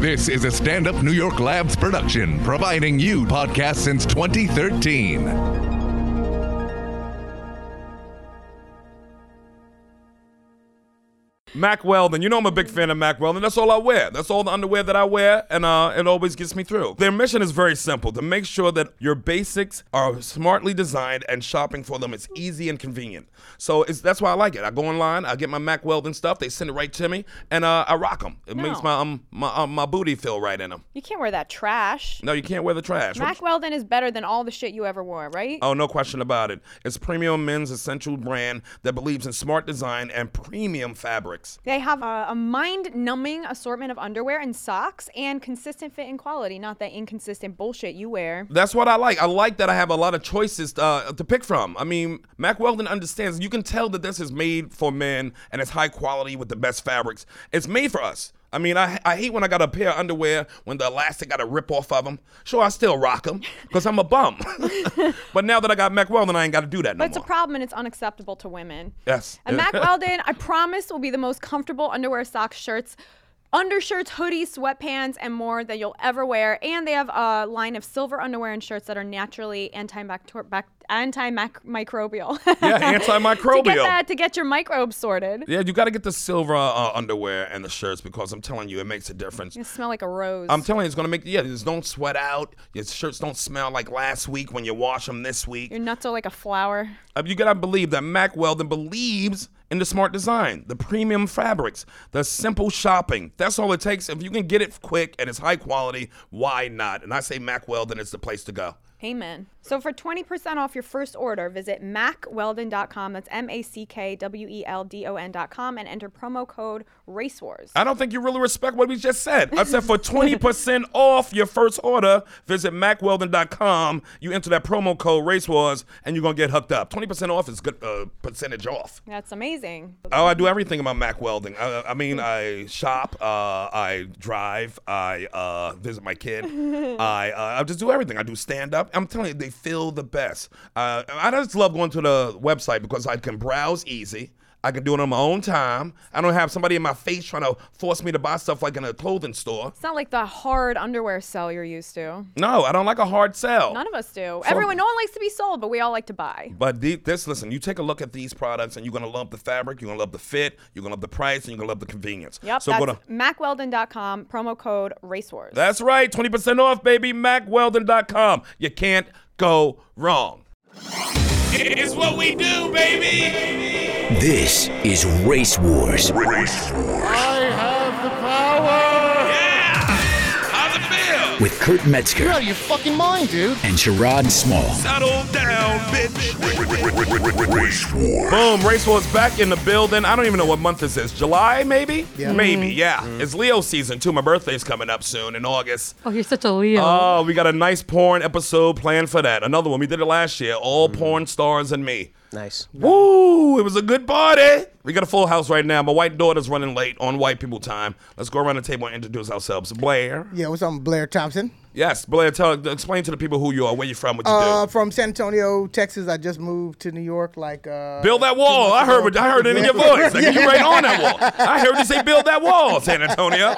This is a stand up New York Labs production, providing you podcasts since 2013. Mac Weldon. You know I'm a big fan of Mac Weldon. That's all I wear. That's all the underwear that I wear, and uh, it always gets me through. Their mission is very simple: to make sure that your basics are smartly designed and shopping for them is easy and convenient. So it's, that's why I like it. I go online, I get my Mac Weldon stuff. They send it right to me, and uh, I rock them. It makes my um, my um, my booty feel right in them. You can't wear that trash. No, you can't wear the trash. What- Mac Weldon is better than all the shit you ever wore, right? Oh, no question about it. It's premium men's essential brand that believes in smart design and premium fabrics. They have a, a mind-numbing assortment of underwear and socks, and consistent fit and quality, not that inconsistent bullshit you wear. That's what I like. I like that I have a lot of choices uh, to pick from. I mean, Mac Weldon understands. You can tell that this is made for men and it's high quality with the best fabrics. It's made for us. I mean, I, I hate when I got a pair of underwear when the elastic got to rip off of them. Sure, I still rock them because I'm a bum. but now that I got Mac Weldon, I ain't got to do that no But it's a more. problem and it's unacceptable to women. Yes. And Mac Weldon, I promise, will be the most comfortable underwear, socks, shirts, undershirts, hoodies, sweatpants, and more that you'll ever wear. And they have a line of silver underwear and shirts that are naturally antimicrobial. Antimicrobial. Yeah, to get antimicrobial. that, to get your microbes sorted. yeah, you got to get the silver uh, underwear and the shirts because I'm telling you, it makes a difference. You smell like a rose. I'm telling you, it's gonna make yeah. Just don't sweat out. Your shirts don't smell like last week when you wash them this week. your nuts are like a flower. Uh, You gotta believe that Mac Weldon believes in the smart design, the premium fabrics, the simple shopping. That's all it takes. If you can get it quick and it's high quality, why not? And I say Mac Weldon is the place to go. Amen. So for 20% off your first order, visit macweldon.com. That's M A C K W E L D O N.com and enter promo code RACEWARS. I don't think you really respect what we just said. I said for 20% off your first order, visit macweldon.com. You enter that promo code RaceWars and you're gonna get hooked up. 20% off is good uh, percentage off. That's amazing. Oh, I do everything about Mac Welding. I, I mean, I shop, uh, I drive, I uh, visit my kid. I uh, I just do everything. I do stand up. I'm telling you, they feel the best. Uh, I just love going to the website because I can browse easy. I can do it on my own time. I don't have somebody in my face trying to force me to buy stuff like in a clothing store. It's not like the hard underwear sell you're used to. No, I don't like a hard sell. None of us do. Everyone, no one likes to be sold, but we all like to buy. But the, this, listen, you take a look at these products and you're gonna love the fabric, you're gonna love the fit, you're gonna love the price, and you're gonna love the convenience. Yep, So that's go to macweldon.com, promo code RACEWARS. That's right, 20% off, baby. MacWeldon.com. You can't go wrong. It's what we do, baby. This is Race Wars How's it feel? with Kurt Metzger. You're out of your fucking mind, dude. And Sherrod Small. Settle down, bitch. Boom, Race Wars back in the building. I don't even know what month this is. July, maybe? Maybe, yeah. It's Leo season, too. My birthday's coming up soon in August. Oh, you're such a Leo. Oh, we got a nice porn episode planned for that. Another one. We did it last year. All porn stars and me. Nice. Woo! It was a good party. We got a full house right now. My white daughter's running late on white people time. Let's go around the table and introduce ourselves. Blair. Yeah, what's up, Blair Thompson? Yes, Blair. Tell, explain to the people who you are, where you're from, what you Uh, do. from San Antonio, Texas. I just moved to New York. Like, uh, Build that wall. I heard. what- I heard it in your voice. Like, You right on that wall. I heard you say, "Build that wall, San Antonio."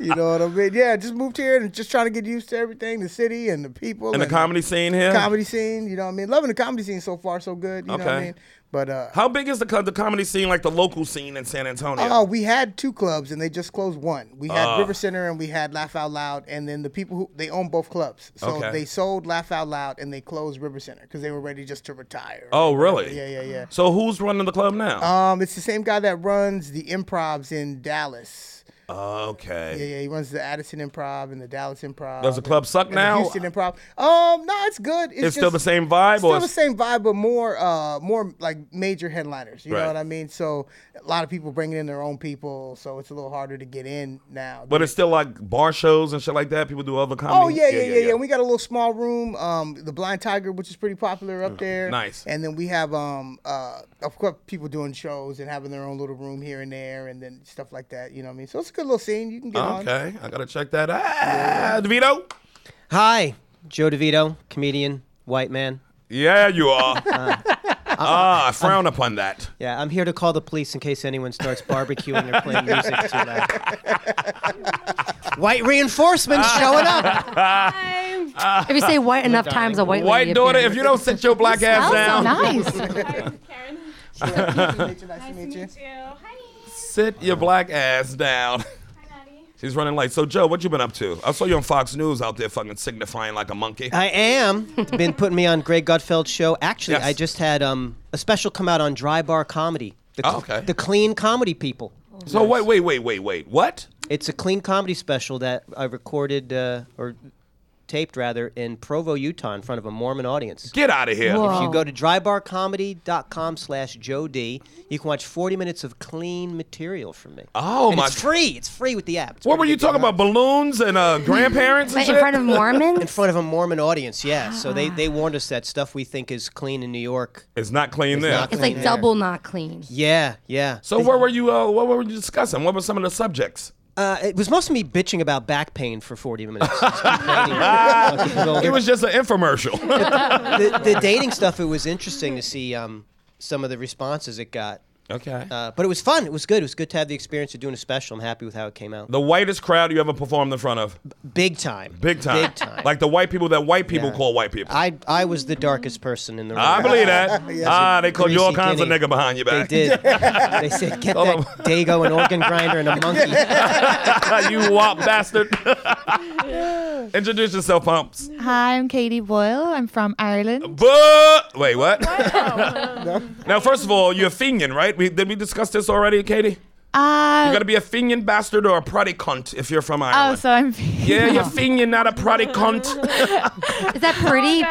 you know what I mean? Yeah, just moved here and just trying to get used to everything, the city and the people In the comedy scene here. comedy scene. You know what I mean? Loving the comedy scene so far, so good. You know what I Okay. mean? But uh, How big is the co- the comedy scene, like the local scene in San Antonio? Oh, we had two clubs and they just closed one. We had Uh. River Center and we had Laugh Out Loud, and then the people who they own both clubs, so Okay. they sold Laugh Out Loud and they closed River Center because they were ready just to retire. Oh, really? yeah, yeah, yeah. So who's running the club now? Um, it's the same guy that runs the Improvs in Dallas. okay. Uh, Yeah, yeah, he runs the Addison Improv and the Dallas Improv. Does the club suck and now? The Houston Improv. Um, no, it's good. It's, It's still just- the same vibe, Still or the it's- same vibe, but more, uh, more like major headliners. You Right. know what I mean? So a lot of people bringing in their own people, so it's a little harder to get in now. But it's still like bar shows and shit like that. People do other Oh comedy. yeah, yeah, yeah, yeah. And we got a little small room, um, the Blind Tiger, which is pretty popular up there. Mm, Nice. And then we have, um, uh, of course, people doing shows and having their own little room here and there, and then stuff like that. You know what I mean? So it's a good little scene. You can get on. Ah, Okay, I gotta check that out. DeVito. Hi, Joe DeVito, comedian, white man. Yeah, you are. ah, I frown upon that. Yeah, I'm here to call the police in case anyone starts barbecuing or playing music too loud. White reinforcements Ah. showing up. If you say white enough times, a white White lady daughter, appears. if you don't sit your black ass down, Smells so nice. Hi, Karen. nice to meet you. Nice to meet you. Meet you. Hi. sit your black ass down. Hi, Maddie. She's running late. So Joe, what you been up to? I saw you on Fox News out there fucking signifying like a monkey. I am. Been putting me on Greg Gutfeld's show. Actually, Yes. I just had um, a special come out on Dry Bar Comedy. The, Oh, okay. The clean comedy people. so wait, wait, wait, wait, wait. What? It's a clean comedy special that I recorded uh, or taped rather in Provo, Utah, in front of a Mormon audience. Get out of here. Whoa. If you go to drybarcomedy.com slash Joe D, you can watch 40 minutes of clean material from me. Oh, And my- It's free. It's free with the app. It's What were pretty you talking about? Balloons and uh, grandparents and Wait, shit? in front of Mormons? good. In front of a Mormon audience, yeah. So they, they warned us that stuff we think is clean in New York. it's not clean there. not it's like clean double not clean. Yeah, yeah. so what were you? Uh, what were you discussing? What were some of the subjects? Uh, it was mostly me bitching about back pain for 40 minutes. Just complaining about fucking It shoulder. was just an infomercial. the, the dating stuff, it was interesting to see um, some of the responses it got. okay. Uh, but it was fun. It was good. It was good to have the experience of doing a special. I'm happy with how it came out. the whitest crowd you ever performed in front of? Big time. Big time. Big time. Like the white people that white people Yeah. call white people. I, I, I was the darkest person in the room. believe that. ah, they called you all Greasy kinds guinea. of nigga behind your They back. did. they said, get that dago, an organ grinder, and a monkey. you wop bastard. Introduce yourself, pumps. Hi, I'm Katie Boyle. I'm from Ireland. Boo! Wait, what? now, first of all, you're a Fenian, right? We, did we discuss this already, Katie? You Uh, gotta be a Fenian bastard or a proddy cunt if you're from oh, Ireland. so I'm. yeah, you're Fenian, not a proddy cunt. Is that Oh pretty?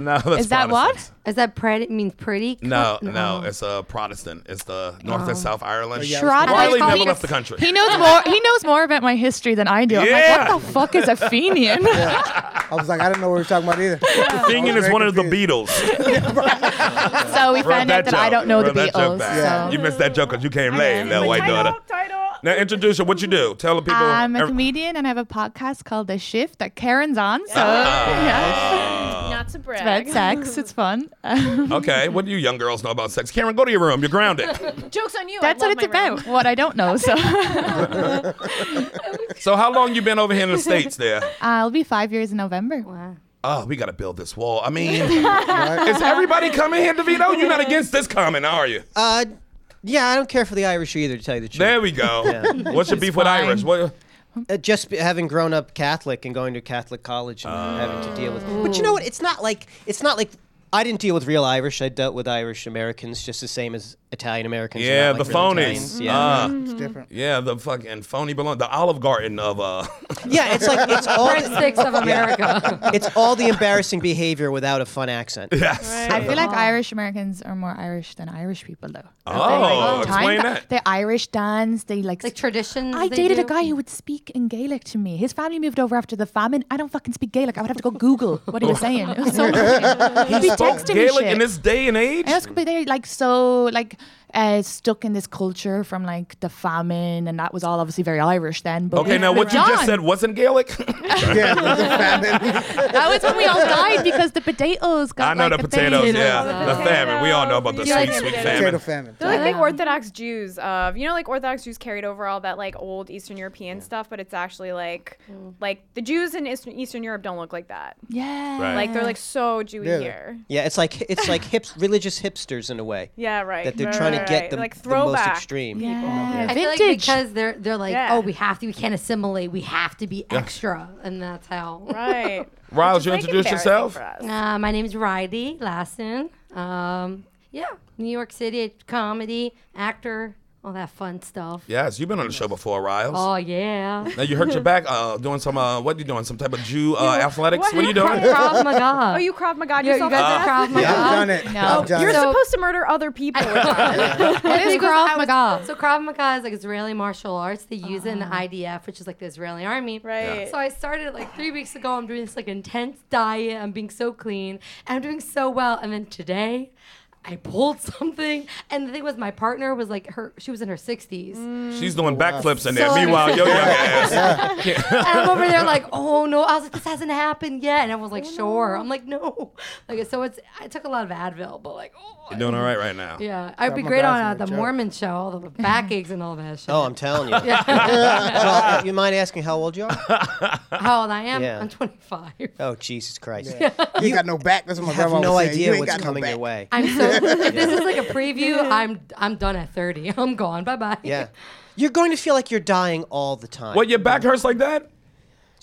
no, that's Is that what? Protestants. Is that pretty? It means pretty? No, no, it's a Protestant. It's the North and South Ireland. Shrod- Riley I- never Oh. he- left the country. He knows more. He knows more about my history than I do. I'm Yeah. like, what the fuck is a Fenian? I was like, I didn't know what we were talking about either. Fenian is very one of the confused. Beatles. so we Rub found out that I joke. don't know the Rub that joke Beatles. back. So. You missed that joke because you came late, little white daughter. Now introduce her. What you do? Tell the people. I'm a every- comedian and I have a podcast called The Shift that Karen's on. So yeah, Not to brag. about sex. It's fun. Um, okay, what do you young girls know about sex? Karen, go to your room. You're grounded. Joke's on you. I That's what love it's my room. about. What I don't know. So so how long you been over here in the states? There. I'll be five years in November. Wow. Oh, we gotta build this wall. I mean, is everybody coming here, DeVito? You're not against this comment, are you? Uh, yeah, I don't care for the Irish either, to tell you the truth. There we go. What's your beef with fine. Irish? What, Uh, just be- having grown up Catholic and going to Catholic college and Ah. having to deal with. But you know what? It's not like it's not like I didn't deal with real Irish. I dealt with Irish Americans just the same as Italian Americans. They're yeah, not the like real phonies. Italians. Yeah. Uh, Mm-hmm. It's different. yeah, the fucking phony baloney. The Olive Garden of uh. yeah, it's like it's all Six of America. it's all the embarrassing behavior without a fun accent. yes. I feel like Irish Americans are more Irish than Irish people, though. Oh, explain Time- that. They Irish dance. They like. like traditions. I they dated a do. guy who would speak in Gaelic to me. His family moved over after the famine. I don't fucking speak Gaelic. I would have to go Google what he was saying. It was so he would be Spoke texting me Gaelic shit. in this day and age. I was but they're like so like uh, stuck in this culture from like the famine, and that was all obviously very Irish then. But Okay, we now what lived you just on. said wasn't Gaelic. Yeah, it's a famine. That was when we all died because the potatoes got. I know like, the a thing. potatoes, yeah. The Potatoes. famine. We all know about the Yeah, sweet, yeah, sweet yeah. Potato famine. famine. They're like the Orthodox Jews of you know, like Orthodox Jews carried over all that like old Eastern European stuff, but it's actually like like the Jews in Eastern, Eastern Europe don't look like that. Yeah. Right. Like they're like so Jewy Really? here. Yeah, it's like it's like hips religious hipsters in a way. Yeah, right. That they're right, trying right, to get right. the, like the most throwback. extreme. Yeah. I feel like Vintage. because they're they're like, Yeah. oh, we have to, we can't assimilate, we have to be extra, and that's how. Right. Riles, you Like, introduce embarrassing yourself? for us. Uh, my name is Riley Lassen. Um, yeah, New York City comedy actor, all that fun stuff. Yes, you've been on the show before, Riles. Oh yeah. now you hurt your back uh, doing some uh, what you doing? Some type of Jew uh, athletics? What, are you doing? Krav Maga. Ah. Oh, you Krav Maga you yourself? guys are Krav Maga. I've done it. No. I've done You're it. So- supposed to murder other people. with Krav. What is Krav Maga? So Krav Maga is like Israeli martial arts. They use it in the IDF, which is like the Israeli army. Right. So I started like three weeks ago. I'm doing this like intense diet. I'm being so clean. I'm doing so well. And then today, I pulled something, and the thing was, my partner was like her. She was in her sixties. She's doing backflips in there. So- Meanwhile, yo, young ass. And I'm over there like, oh no. I was like, this hasn't happened yet. And everyone's like, sure. I'm like, no. Like, so it's, I took a lot of Advil, but like, oh. You're doing all right right now. Yeah. I'd be my great on bathroom uh, a the joke. Mormon show, all the backaches and all that shit. Oh, I'm telling you. So, uh, you mind asking how old you are? How old I am? Yeah. I'm 25. Oh, Jesus Christ. You ain't got no back. That's what my You have grandma no was saying. You idea ain't what's got no coming back. your way. I'm so, if this is like a preview, I'm, I'm done at 30. I'm gone. Bye bye. Yeah. You're going to feel like you're dying all the time. What, your back hurts like that?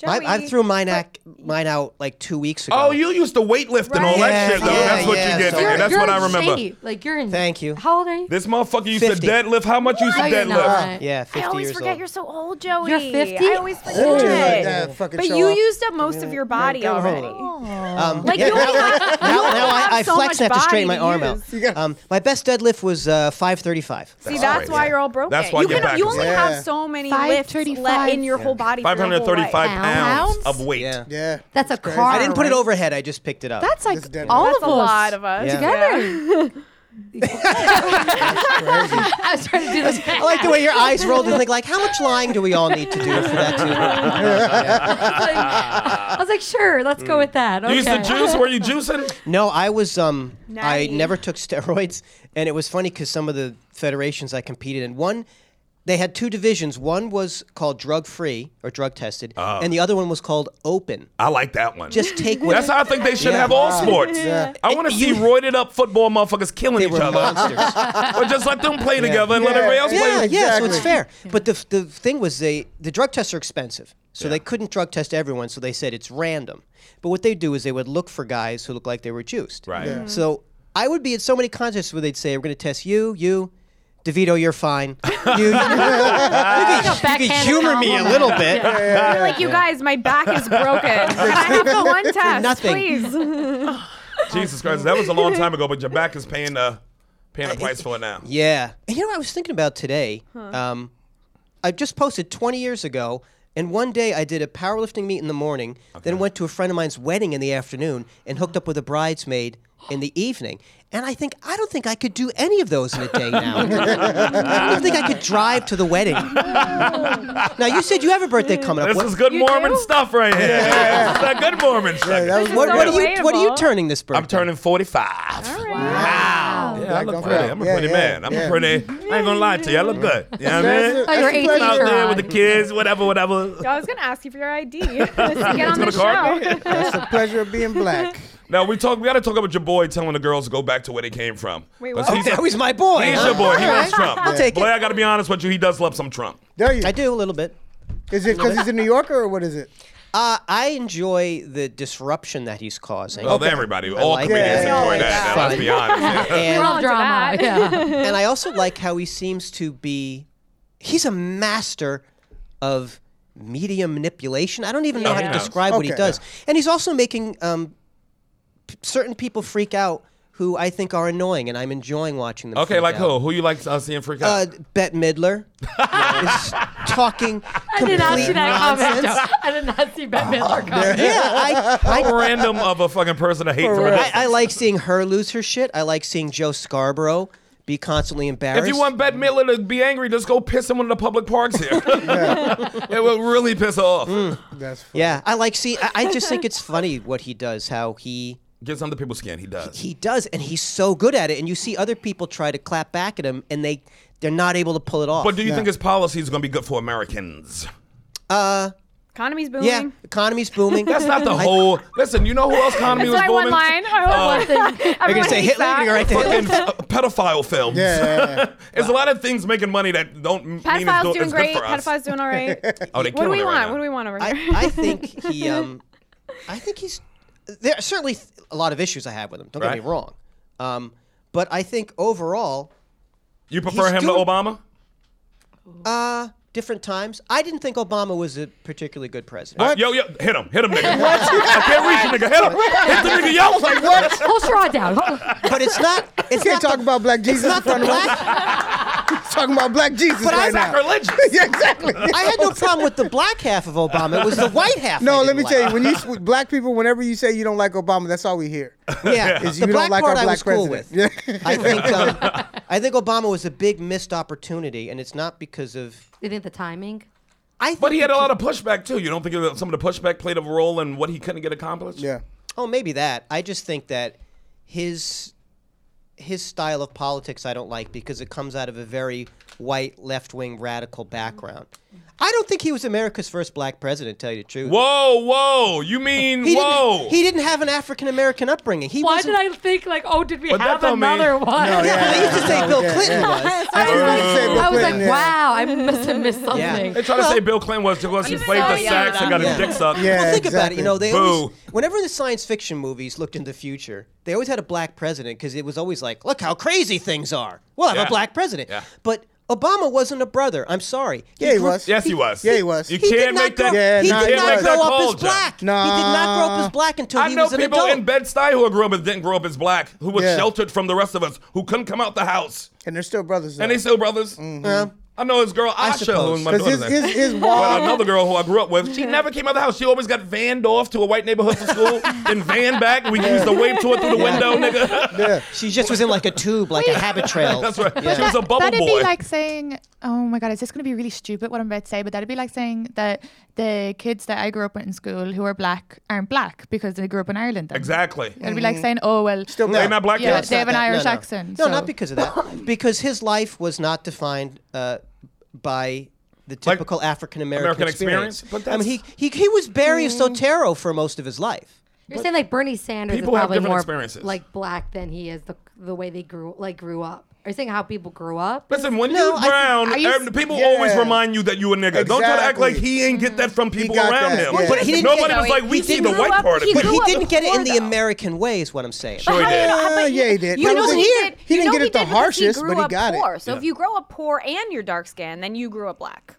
I, I Joey. threw mine, ac- mine out like two weeks ago. Oh, you used to weightlift and all that Right. shit, though. Yeah, That's what yeah, you get. so- nigga. That's you're what I in remember. shape. Like, you're in. Thank you. How old are you? This motherfucker used 50. to deadlift. How much used to No, you're deadlift? not. Yeah, 50 I always years forget old. you're so old, Joey. You're 50? I always forget. Like that fucking But show you off. used up most of your body go home. already. Oh. Um, Like yeah, you only have, you now, only now I, have I so flex much and have to straighten my body arm use. out. Um, my best deadlift was uh, 535. See, that's right. why you're all broken. That's why you, your can- back you is only like- Yeah. have so many lifts let 535. in your whole body. for your Five whole hundred thirty-five life. pounds Pounds? of weight. Yeah. Yeah. That's a car. I didn't put it right? overhead. I just picked it up. That's like That's dead. all That's of a us. lot of us Yeah. together. I was trying to do this. I like the way your eyes rolled and think like, how much lying do we all need to do for that to? I was like, sure, let's go with that. Mm. You Okay. used to juice? Were you juicing? No, I was um, I Natty. never took steroids, and it was funny because some of the federations I competed in, one, they had two divisions. One was called drug free or drug tested, and the other one was called open. I like that one. Just take what Oh. Ah. That's how I think they should Yeah. have all sports. Yeah. I want to see roided up football motherfuckers killing they each were other. monsters. But just let them play together and let Yeah. everybody else play. Yeah, yeah. So it's Exactly. fair. But the the thing was they the drug tests are expensive, so they couldn't drug test everyone. So they said it's random. But what they do is they would look for guys who look like they were juiced. Right. Yeah. So I would be in so many contests where they'd say, "We're going to test you, you." DeVito, you're fine. You, you, can, you can backhanded humor me a compliment. little bit. You're like, you guys, my back is broken. Can I have the one test, nothing. please? Jesus Christ, that was a long time ago, but your back is paying the paying the price for it now. Yeah. And you know what I was thinking about today? Um, I just posted 20 years ago, and one day I did a powerlifting meet in the morning, then went to a friend of mine's wedding in the afternoon and hooked up with a bridesmaid in the evening. And I think, I don't think I could do any of those in a day now. I don't think I could drive to the wedding. now, you said you have a birthday coming up. This What- is good You Mormon do? stuff right here. It's that good Mormon shit. that was what, so what, are you, what are you relatable. turning this birthday? I'm turning 45. Wow. Yeah, I look don't pretty. feel- I'm a yeah, pretty yeah, man. I'm yeah. a pretty. I ain't gonna lie to you. I look good. You know what I mean? That's- Oh, you're 18 I'm out year there with old. the kids, whatever, whatever. I was gonna ask you for your ID. Let's get on go the to Cardinal. show. That's the pleasure of being black. Now we talk. We gotta talk about your boy telling the girls to go back to where they came from. Wait, 'Cause what? he's, That was my boy. he's huh? your boy. He loves Trump. I'll take it. Boy, I gotta be honest with you. He does love some Trump. There you. I do a little bit. Is it because he's a New Yorker or what is it? Uh, I enjoy the disruption that he's causing. Oh, everybody, all like comedians that. enjoy Yeah, that. yeah. Now, let's be honest. And- all into drama. that. Yeah. and I also like how he seems to be he's a master of media manipulation. I don't even know how Yeah. to describe what he Okay. does. And he's also making um, p- certain people freak out who I think are annoying, and I'm enjoying watching them. Okay, freak like out. who? Who you like uh, seeing freak Uh, out? Bette Midler is talking I did complete not see that comment. nonsense. though. I did not see Bette Midler comment. Yeah, I, I Random of a fucking person I hate. From I, I like seeing her lose her shit. I like seeing Joe Scarborough be constantly embarrassed. If you want Bette Midler to be angry, just go piss in one of the public parks here. it will really piss her off. Mm. That's funny. yeah, I like see. I, I just think it's funny what he does, how he Gets under people's skin. He does. he does, and he's so good at it. And you see other people try to clap back at him, and they they're not able to pull it off. But do you think his policies is going to be good for Americans? Economy's booming. yeah, economy's booming. That's not the I- whole. Listen, you know who else economy That's was why one booming? Uh, line. I want one thing. You're gonna say Hitler? You're right there. Fucking uh, pedophile films. Yeah, yeah, yeah. There's a lot of things making money that don't m- mean it's, do- Pedophile's doing it's good great. for us. Pedophile's doing all right. Oh, they What do we right want? now. What do we want over I, here? I think he um, I think he's there are certainly th- a lot of issues I have with him. Don't get Right. me wrong, um, but I think overall, You prefer He's him doing- to Obama? uh, different times. I didn't think Obama was a particularly good president. Uh, yo, yo, hit him, hit him, nigga. I can't reach you, nigga. Hit him, hit the nigga. Yo, I was like, what? Hold Sherrod down. Hold- But it's not. It's Can't not talk the- about black Jesus in It's not front the of us. black. talking about black Jesus But I- right now. Sacrilegious. yeah, exactly. I had no problem with the black half of Obama. It was the white half. No, I let didn't me like. tell you, when you with black people, whenever you say you don't like Obama, that's all we hear. Yeah, Is the you don't black like our part I black was cool with. president. I think um, I think Obama was a big missed opportunity, and it's not because of. They think the timing. I think But he had a because- lot of pushback too. You don't think that some of the pushback played a role in what he couldn't get accomplished? Yeah. Oh, maybe that. I just think that his his style of politics I don't like because it comes out of a very white left wing radical background. I don't think he was America's first black president. Tell you the truth. Whoa, whoa! You mean He whoa? Didn't, he didn't have an African American upbringing. He Why wasn't, did I think like, oh, did we But that have don't mean- another one? No, Yeah, they used to say Yeah, Bill yeah, Clinton yeah. was. I was Everyone said like, Bill I was like, Clinton, yeah. wow, I must have missed something. They try to say Bill Clinton was because he Even played though- the yeah, sax and got yeah. his dick sucked. Yeah. well, think about it. You know, they Boo. always, whenever the science fiction movies looked in the future, they always had a black president because it was always like, look how crazy things are. We'll have Yeah. a black president. Yeah. But Obama wasn't a brother. I'm sorry. Yeah, he grew- was. Yes, he was. Yeah, he was. You He He did can't not make grow, that. Yeah, he nah, did he not was. grow That up call, as John. black. He did not grow up as black until I he know was an people adult. in Bed Stuy who grew up and didn't grow up as black, who was Yeah. sheltered from the rest of us, who couldn't come out the house, And they're still brothers. and they still brothers. I know this girl Asha, who suppose. my Because his, daughter's his, name. his Well, wall. another girl who I grew up with, she never came out of the house. She always got vanned off to a white neighborhood for school, then van back. We used to wave to her through the window, nigga. She just was in like a tube, like a habit trail. That's right. She was a bubble That'd boy. be like saying, "Oh my god, is this going to be really stupid what I'm about to say?" But that'd be like saying that the kids that I grew up with in school who are black aren't black because they grew up in Ireland. then. exactly. It'd be like saying, "Oh well, Still They not black yeah, yet. they have an that- no, Irish no. accent." No, so- not because of that. Because his life was not defined uh, by the Like, typical African American American experience. experience? But I mean, he, that's- he he was Barry of Mm. Sotero for most of his life. You're saying like Bernie Sanders is People have probably different more experiences. like black than he is the the way they grew like grew up. Are you saying how people grew up? Listen, when No, you I- brown, I used- ev- people Yeah. always remind you that you a nigga. Don't try to act Exactly. like he ain't get that from people got around that, him. yeah. But he didn't Nobody get- was like, we He see the grew white up- part of he it. But grew he up didn't get it in before, the though. American way, is what I'm saying. Sure he did. Uh, but Ah, yeah, he did. You But know it wasn't he here. did. He you didn't know get it the did because harshest, grew but he up got it. poor. So if you grow up poor and you're dark skinned, then you grew up black.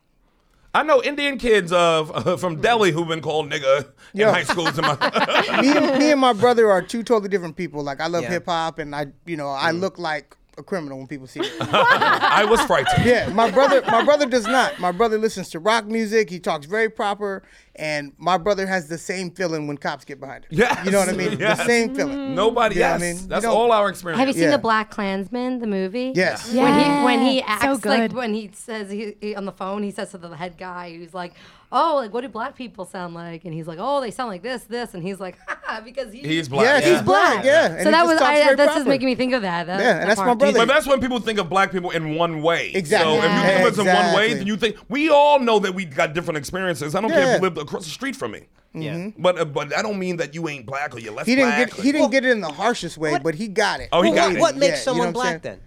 I know Indian kids uh, from Delhi who've been called nigga Mm. Yeah. in high schools. In my- me, and, me and my brother are two totally different people. Like I love Yeah. hip hop, and I, you know, I look like a criminal when people see me. I was frightened. yeah, my brother, my brother does not. My brother listens to rock music. He talks very proper, and my brother has the same feeling when cops get behind him. Yes. you know what I mean. Yes. The same Mm. feeling. Nobody Yeah, I else. mean, you That's don't- all our experience. Have you seen Yeah. the Black Klansman, the movie? Yes. When he when he Yeah, acts so like good. when he says he, he- on the phone, he says to the head guy who's like, "Oh, like what do black people sound like?" And he's like, "Oh, they sound like this, this," and he's like, "Ha," because he, He's black. Yes, yeah. he's black. Yeah, and so he that just was talks I, very this is proper. making me think of that. that Yeah, that and that's my part. brother. But that's when people think of black people in one way. So Exactly. if you think of us in one way, Exactly. then you think we all know that we got different experiences. I don't care if you Yeah. Mm-hmm. lived across the street from me. Yeah. But uh, but I don't mean that you ain't black or you're less He didn't black. get. He didn't get it in the harshest way, but he got it. Oh, he Well, got what, it. what Yeah, makes you someone know what I'm saying? black then?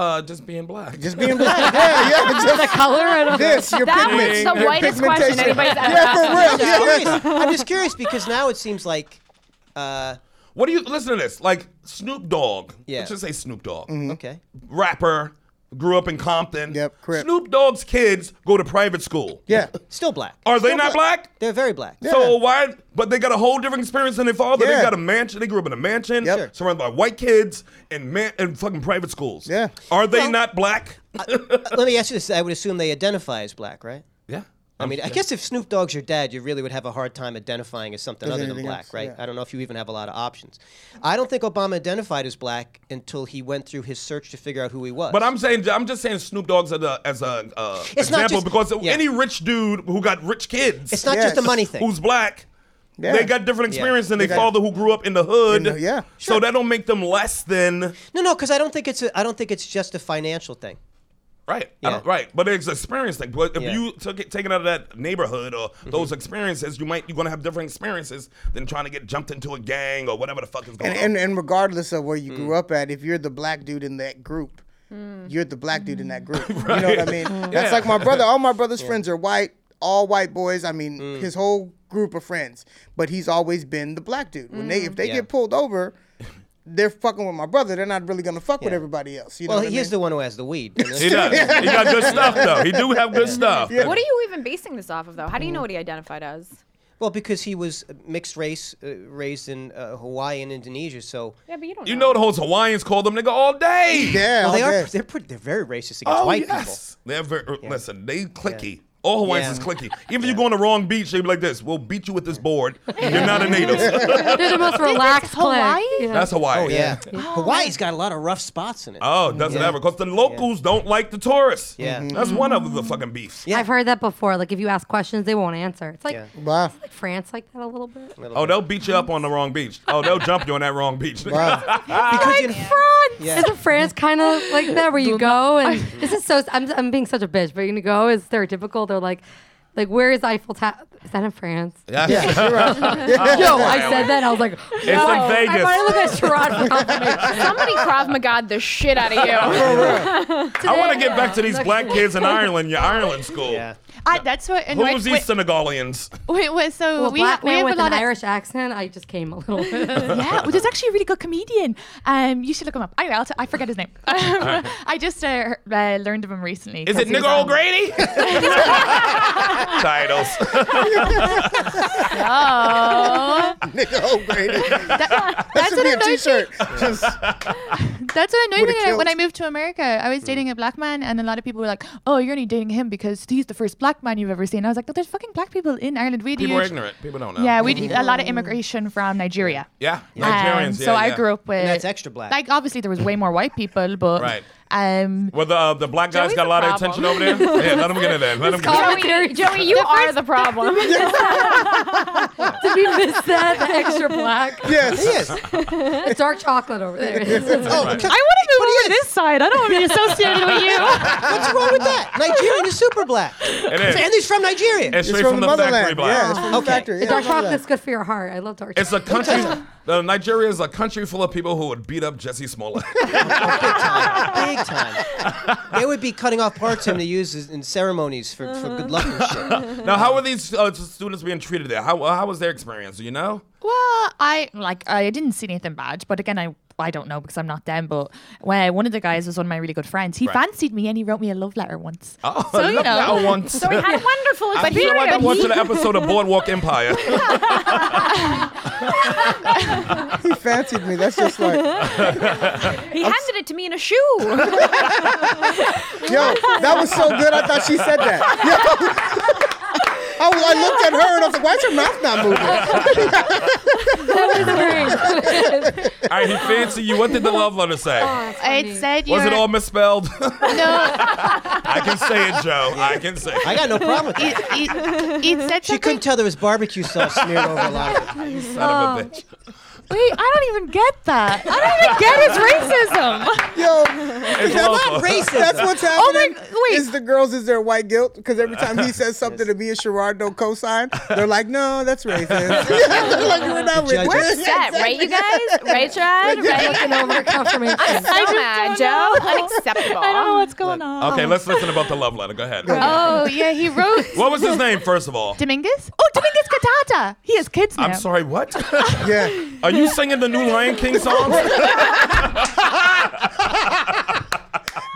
uh, just being black. Just being black. yeah, yeah. Just the color. I don't know. this. Your That was pigments. the your whitest question pigmentation. anybody's ever Yeah, for asked. real. I'm Yeah. curious. I'm just curious because now it seems like, uh, What do you listen to this? Like Snoop Dogg. Yeah. Let's just say Snoop Dogg. Mm-hmm. okay, Rapper. Grew up in Compton. Yep, correct. Snoop Dogg's kids go to private school. Yeah. still black. Are they not black? They're very black. So why? But they got a whole different experience than their father. They Yeah. got a mansion. They grew up in a mansion, Yep. Sure. surrounded by white kids and man and fucking private schools. Yeah. Are they not black? Let me ask you this: I would assume they identify as black, right? yeah. I mean, I guess if Snoop Dogg's your dad, you really would have a hard time identifying as something other than anything black, else, right? yeah. I don't know if you even have a lot of options. I don't think Obama identified as black until he went through his search to figure out who he was. But I'm saying I'm just saying Snoop Dogg's as a, as a uh, It's not example just- because yeah. any rich dude who got rich kids, it's not Yes. just a money thing. who's black. Yeah. They got different Yeah. experience than They their got- father who grew up in the hood. In the- yeah. So that don't make them less than no, no, because I don't think it's a, I don't think it's just a financial thing. Right. I Yeah. don't- right. But it's experience thing. But if Yeah. you took it taken out of that neighborhood or Mm-hmm. those experiences, you might you're gonna have different experiences than trying to get jumped into a gang or whatever the fuck is going And, on. and and regardless of where you grew up at, if you're the black dude in that group, Mm. you're the black dude in that group. You know what I mean? That's like my brother. All my brother's friends are white, all white boys. I mean, his whole group of friends. But he's always been the black dude. When they if they Yeah. get pulled over, they're fucking with my brother. They're not really gonna fuck with everybody else. You know Well, what I he is mean? the one who has the weed. he does. he got good stuff though. He do have good stuff. What are you even basing this off of, though? How do you know what he identified as? Well, because he was mixed race, uh, raised in uh, Hawaii and Indonesia, so Yeah, but you don't. You know the whole Hawaiians call them nigga all day. Yeah, well, they all are day. they're pretty, they're very racist against Oh white yes. They're very, er, Listen, they clicky. All Hawaiians Yeah. is clicky. Even if you go on the wrong beach, they be like this. We'll beat you with this board. You're not a native. They're the most relaxed clique. Hawaii? Yeah. That's Hawaii. people. Oh, Yeah, Hawaii's got a lot of rough spots in it. Oh, doesn't ever. Because the locals don't like the tourists. Yeah. Mhm. That's one of the fucking beefs. Yeah. I've heard that before. Like if you ask questions, they won't answer. It's like Yeah. Wow. France like that a little bit. Oh, they'll beat you up on the wrong beach. Oh, they'll jump you on that wrong beach. Wow. because you know, Yeah. Ah, Isn't France kind of like that where you go and this is so I'm, I'm being such a bitch, but you go is stereotypical. They're like, like where is Eiffel Tower? Is that in France? Yes. Yeah, you're right. Yeah. Yo, I said that. And I was like, it's in Vegas. I finally looked at Sherrod for confirmation. Somebody Krav Magad the shit out of you. I want to get back to these black kids in Ireland, your Ireland school. yeah. I, that's what. And Who's wait, these wait, Senegalians? wait, wait, so Well, we, ha- black we man have a with an lot of Irish accent. I just came a little bit. yeah, well, there's actually a really good comedian. Um, you should look him up. Anyway, I'll t- I forget his name. I just uh, heard- uh, learned of him recently. Is 'cause it he was nigger on- O'Grady? Titles. Oh, Nigga, oh, great. That, That- that's should what be a annoyed t-shirt. me. Just, That's what annoyed Would've me when I killed. moved to America. I was dating a black man, and a lot of people were like, "Oh, you're only dating him because he's the first black man you've ever seen." I was like, "No, there's fucking black people in Ireland. We People are huge- ignorant. People don't know. Yeah, we do a lot of immigration from Nigeria. Yeah. Um, Nigerians. so yeah, I yeah. grew up with And that's extra black. Like obviously there was way more white people, but Right. um, Well, the, uh, the black guys Joey's got a a lot of problem. attention over there. Yeah, let them get in there. Let them get in Commentary. Joey, you are the problem. Did we miss that? The extra black. yes. Yes. It's dark chocolate over there. Oh, I want to move over to this side. I don't want to be associated with you. What's wrong with that? Nigerian is super black. It is. And he's from Nigeria. It's straight from, the factory, motherland. black. Yeah, it's from the factory. Yeah, dark I know that. chocolate's good for your heart. I love dark It's chocolate. a country. uh, Nigeria is a country full of people who would beat up Jesse Smollett. Big time. They would be cutting off parts of him to use as- in ceremonies for, for good luck and shit. now, how are these uh, students being treated there? How, uh, how was their experience? Do you know? Well, I like I didn't see anything bad, but again, I I don't know because I'm not them. But well, one of the guys was one of my really good friends. He fancied me and he wrote me a love letter once. Oh, So, you know. I want. so we had a wonderful I experience. feel like I'm watching an episode of Boardwalk Empire. He fancied me. That's just like, he handed it to me in a shoe. yo, that was so good. I thought she said that. Yo. I, was- I looked at her and I was like, why is her mouth not moving? All right, he fancy you. What did the love letter say? It said was Oh, you're, it all misspelled? no. I can say it, Joe. I can say. I It. got no problem with that. It, it, it said She couldn't something- tell there was barbecue sauce smeared over a lot of it. Son Oh. of a bitch. Wait, I don't even get that. I don't even get his racism. Yo, It's Not local. racist. that's Oh what's happening. wait. Is the girls, is there white guilt? Because every time he says something to me and Sherrard don't co-sign, they're like, no, that's racist. Yeah, they're like, we're not The judge- racist. We're That, right, you guys? Right, Chad? Right? Looking over confirmation. So mad, Joe. Unacceptable. I don't know Oh, what's going on. Okay, let's listen about the love letter. Go ahead. Oh yeah, he wrote What was his name, first of all? Dominguez. Oh, Dominguez Catata. He has kids now. I'm sorry, what? Yeah. Are you singing the new Lion King songs?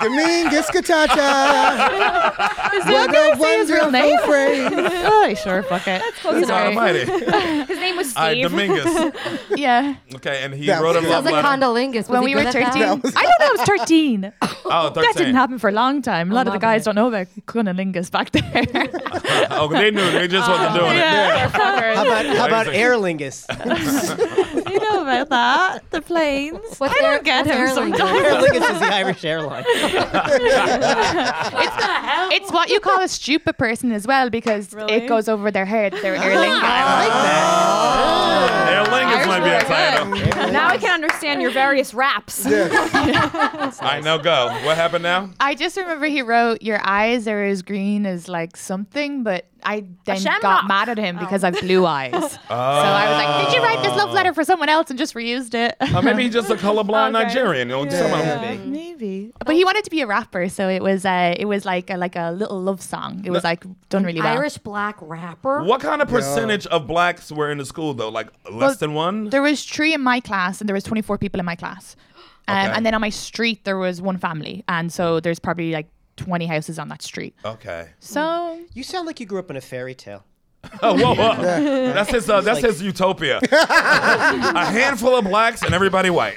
Dominguez Katata. Is that the gonna say his real wonderful name? phrase. oh, sure, fuck it. God almighty. His name was All right, Steve. Dominguez. Yeah. Okay, and he That wrote a was- Sounds love like letter. condolingus. Was When he we good were at that? 13. I don't know, I was 13. Oh, That 13. didn't happen for a long time. A lot of the loving guys it. don't know about cunnilingus back there. Oh, they knew. They just wasn't doing it. Oh, yeah, How about, how about Amazing. Aer Lingus? you know about that. The planes. What's I their- don't get what's him their language? sometimes. Aer Lingus is the Irish airline. It's what you call a stupid person as well because Really? Ah. it goes over their head. They're earlingus. I like that. Aer Lingus might be a title. Now I can understand your various raps. All right, now go. What happened now? I just remember he wrote, "Your eyes are as green as like something," but I then shamrock. Oh. got mad at him because I have blue eyes. So I was like, "Did you write this love letter for someone else and just reused it?" Uh, maybe he's just a colorblind Okay. Nigerian. You know, someone- Maybe, but he wanted to be a rapper, so it was uh, it was like a, like a little love song. It was like done really well. Irish black rapper. What kind of percentage of blacks were in the school though? Like less than one? There was three in my class, and there was twenty four people in my class, um, Okay. and then on my street there was one family, and so there's Oh. probably like twenty houses on that street. Okay. So You sound like you grew up in a fairy tale. Oh, whoa, whoa. That's his. Uh, that's his utopia. a handful of blacks and everybody white.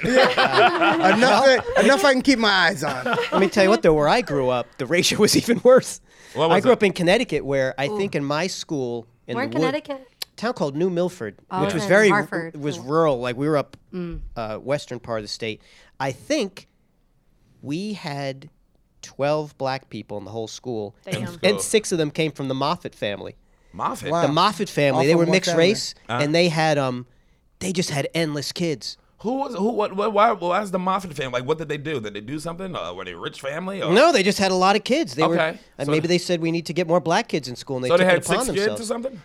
enough, that- enough I can keep my eyes on. Let me tell you what, though, where I grew up, the ratio was even worse. What was I grew it? up in Connecticut, where I think in my school in We're the in wood- Connecticut. Oh, town called New Milford, which okay. was very Hartford. Mm. was Cool. rural. Like we were up uh, western part of the state. I think we had twelve black people in the whole school, and, Damn. and six of them came from the Moffat family. Moffitt. The Wow. Moffat family, All they from were one mixed family. race, Uh. and they had um, they just had endless kids. Who was who? What? what why? Why is the Moffitt family? Like, what did they do? Did they do something? Uh, were they a rich family? Or? No, they just had a lot of kids. They were, Okay. and So- maybe they said we need to get more black kids in school, and they So took they had it upon six themselves. kids or something.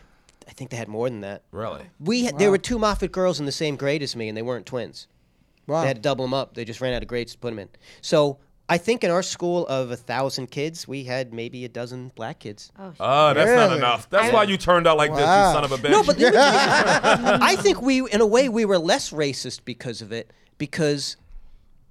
I think they had more than that. Really? We had, there were two Moffat girls in the same grade as me, and they weren't twins. Wow. They had to double them up. They just ran out of grades to put them in. So I think in our school of a thousand kids, we had maybe a dozen black kids. Oh, that's not Really? enough. That's why you turned out like this, you Wow. son of a bitch. No, but the- I think we, in a way, we were less racist because of it. Because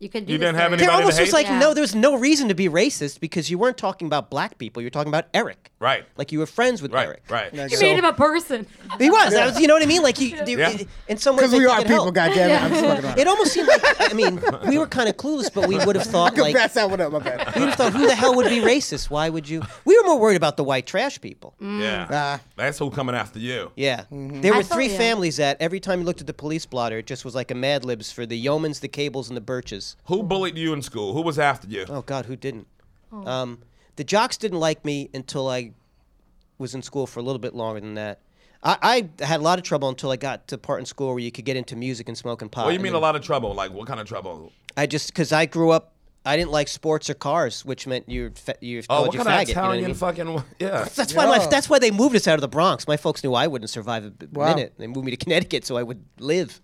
You could. Do You this didn't have thing. there Anybody to almost was hate? like Yeah. no, there's no reason to be racist because you weren't talking about black people. You're talking about Eric. Right. Like you were friends with right, Eric. right. You So- made him a person. He was. I was. You know what I mean? Like you. there- Yeah. In some ways, Because I we think are it people, helped. goddammit. I'm just fucking around. It almost seemed like I mean we were kind of clueless, but we would have thought like Pass that one up, my bad. we would have thought who the hell would be racist? Why would you? We were more worried about the white trash people. mm, Yeah. Nah. that's who coming after you. Yeah, Mm-hmm. there were I thought, three yeah. families that every time you looked at the police blotter, it just was like a Mad Libs for the Yeomans, the Cables, and the Birches. Who bullied you in school? Who was after you? Oh God, who didn't? Oh. Um, the jocks didn't like me until I was in school for a little bit longer than that. I, I had a lot of trouble until I got to the part in school where you could get into music and smoking pot. What do you and mean then- a lot of trouble? Like what kind of trouble? I just because I grew up, I didn't like sports or cars, which meant you're fa- you're Oh, called what you kind faggot. of you know what I Italian mean? fucking yeah. That's why my, Yeah. that's why they moved us out of the Bronx. My folks knew I wouldn't survive a b- Wow. minute. They moved me to Connecticut so I would live.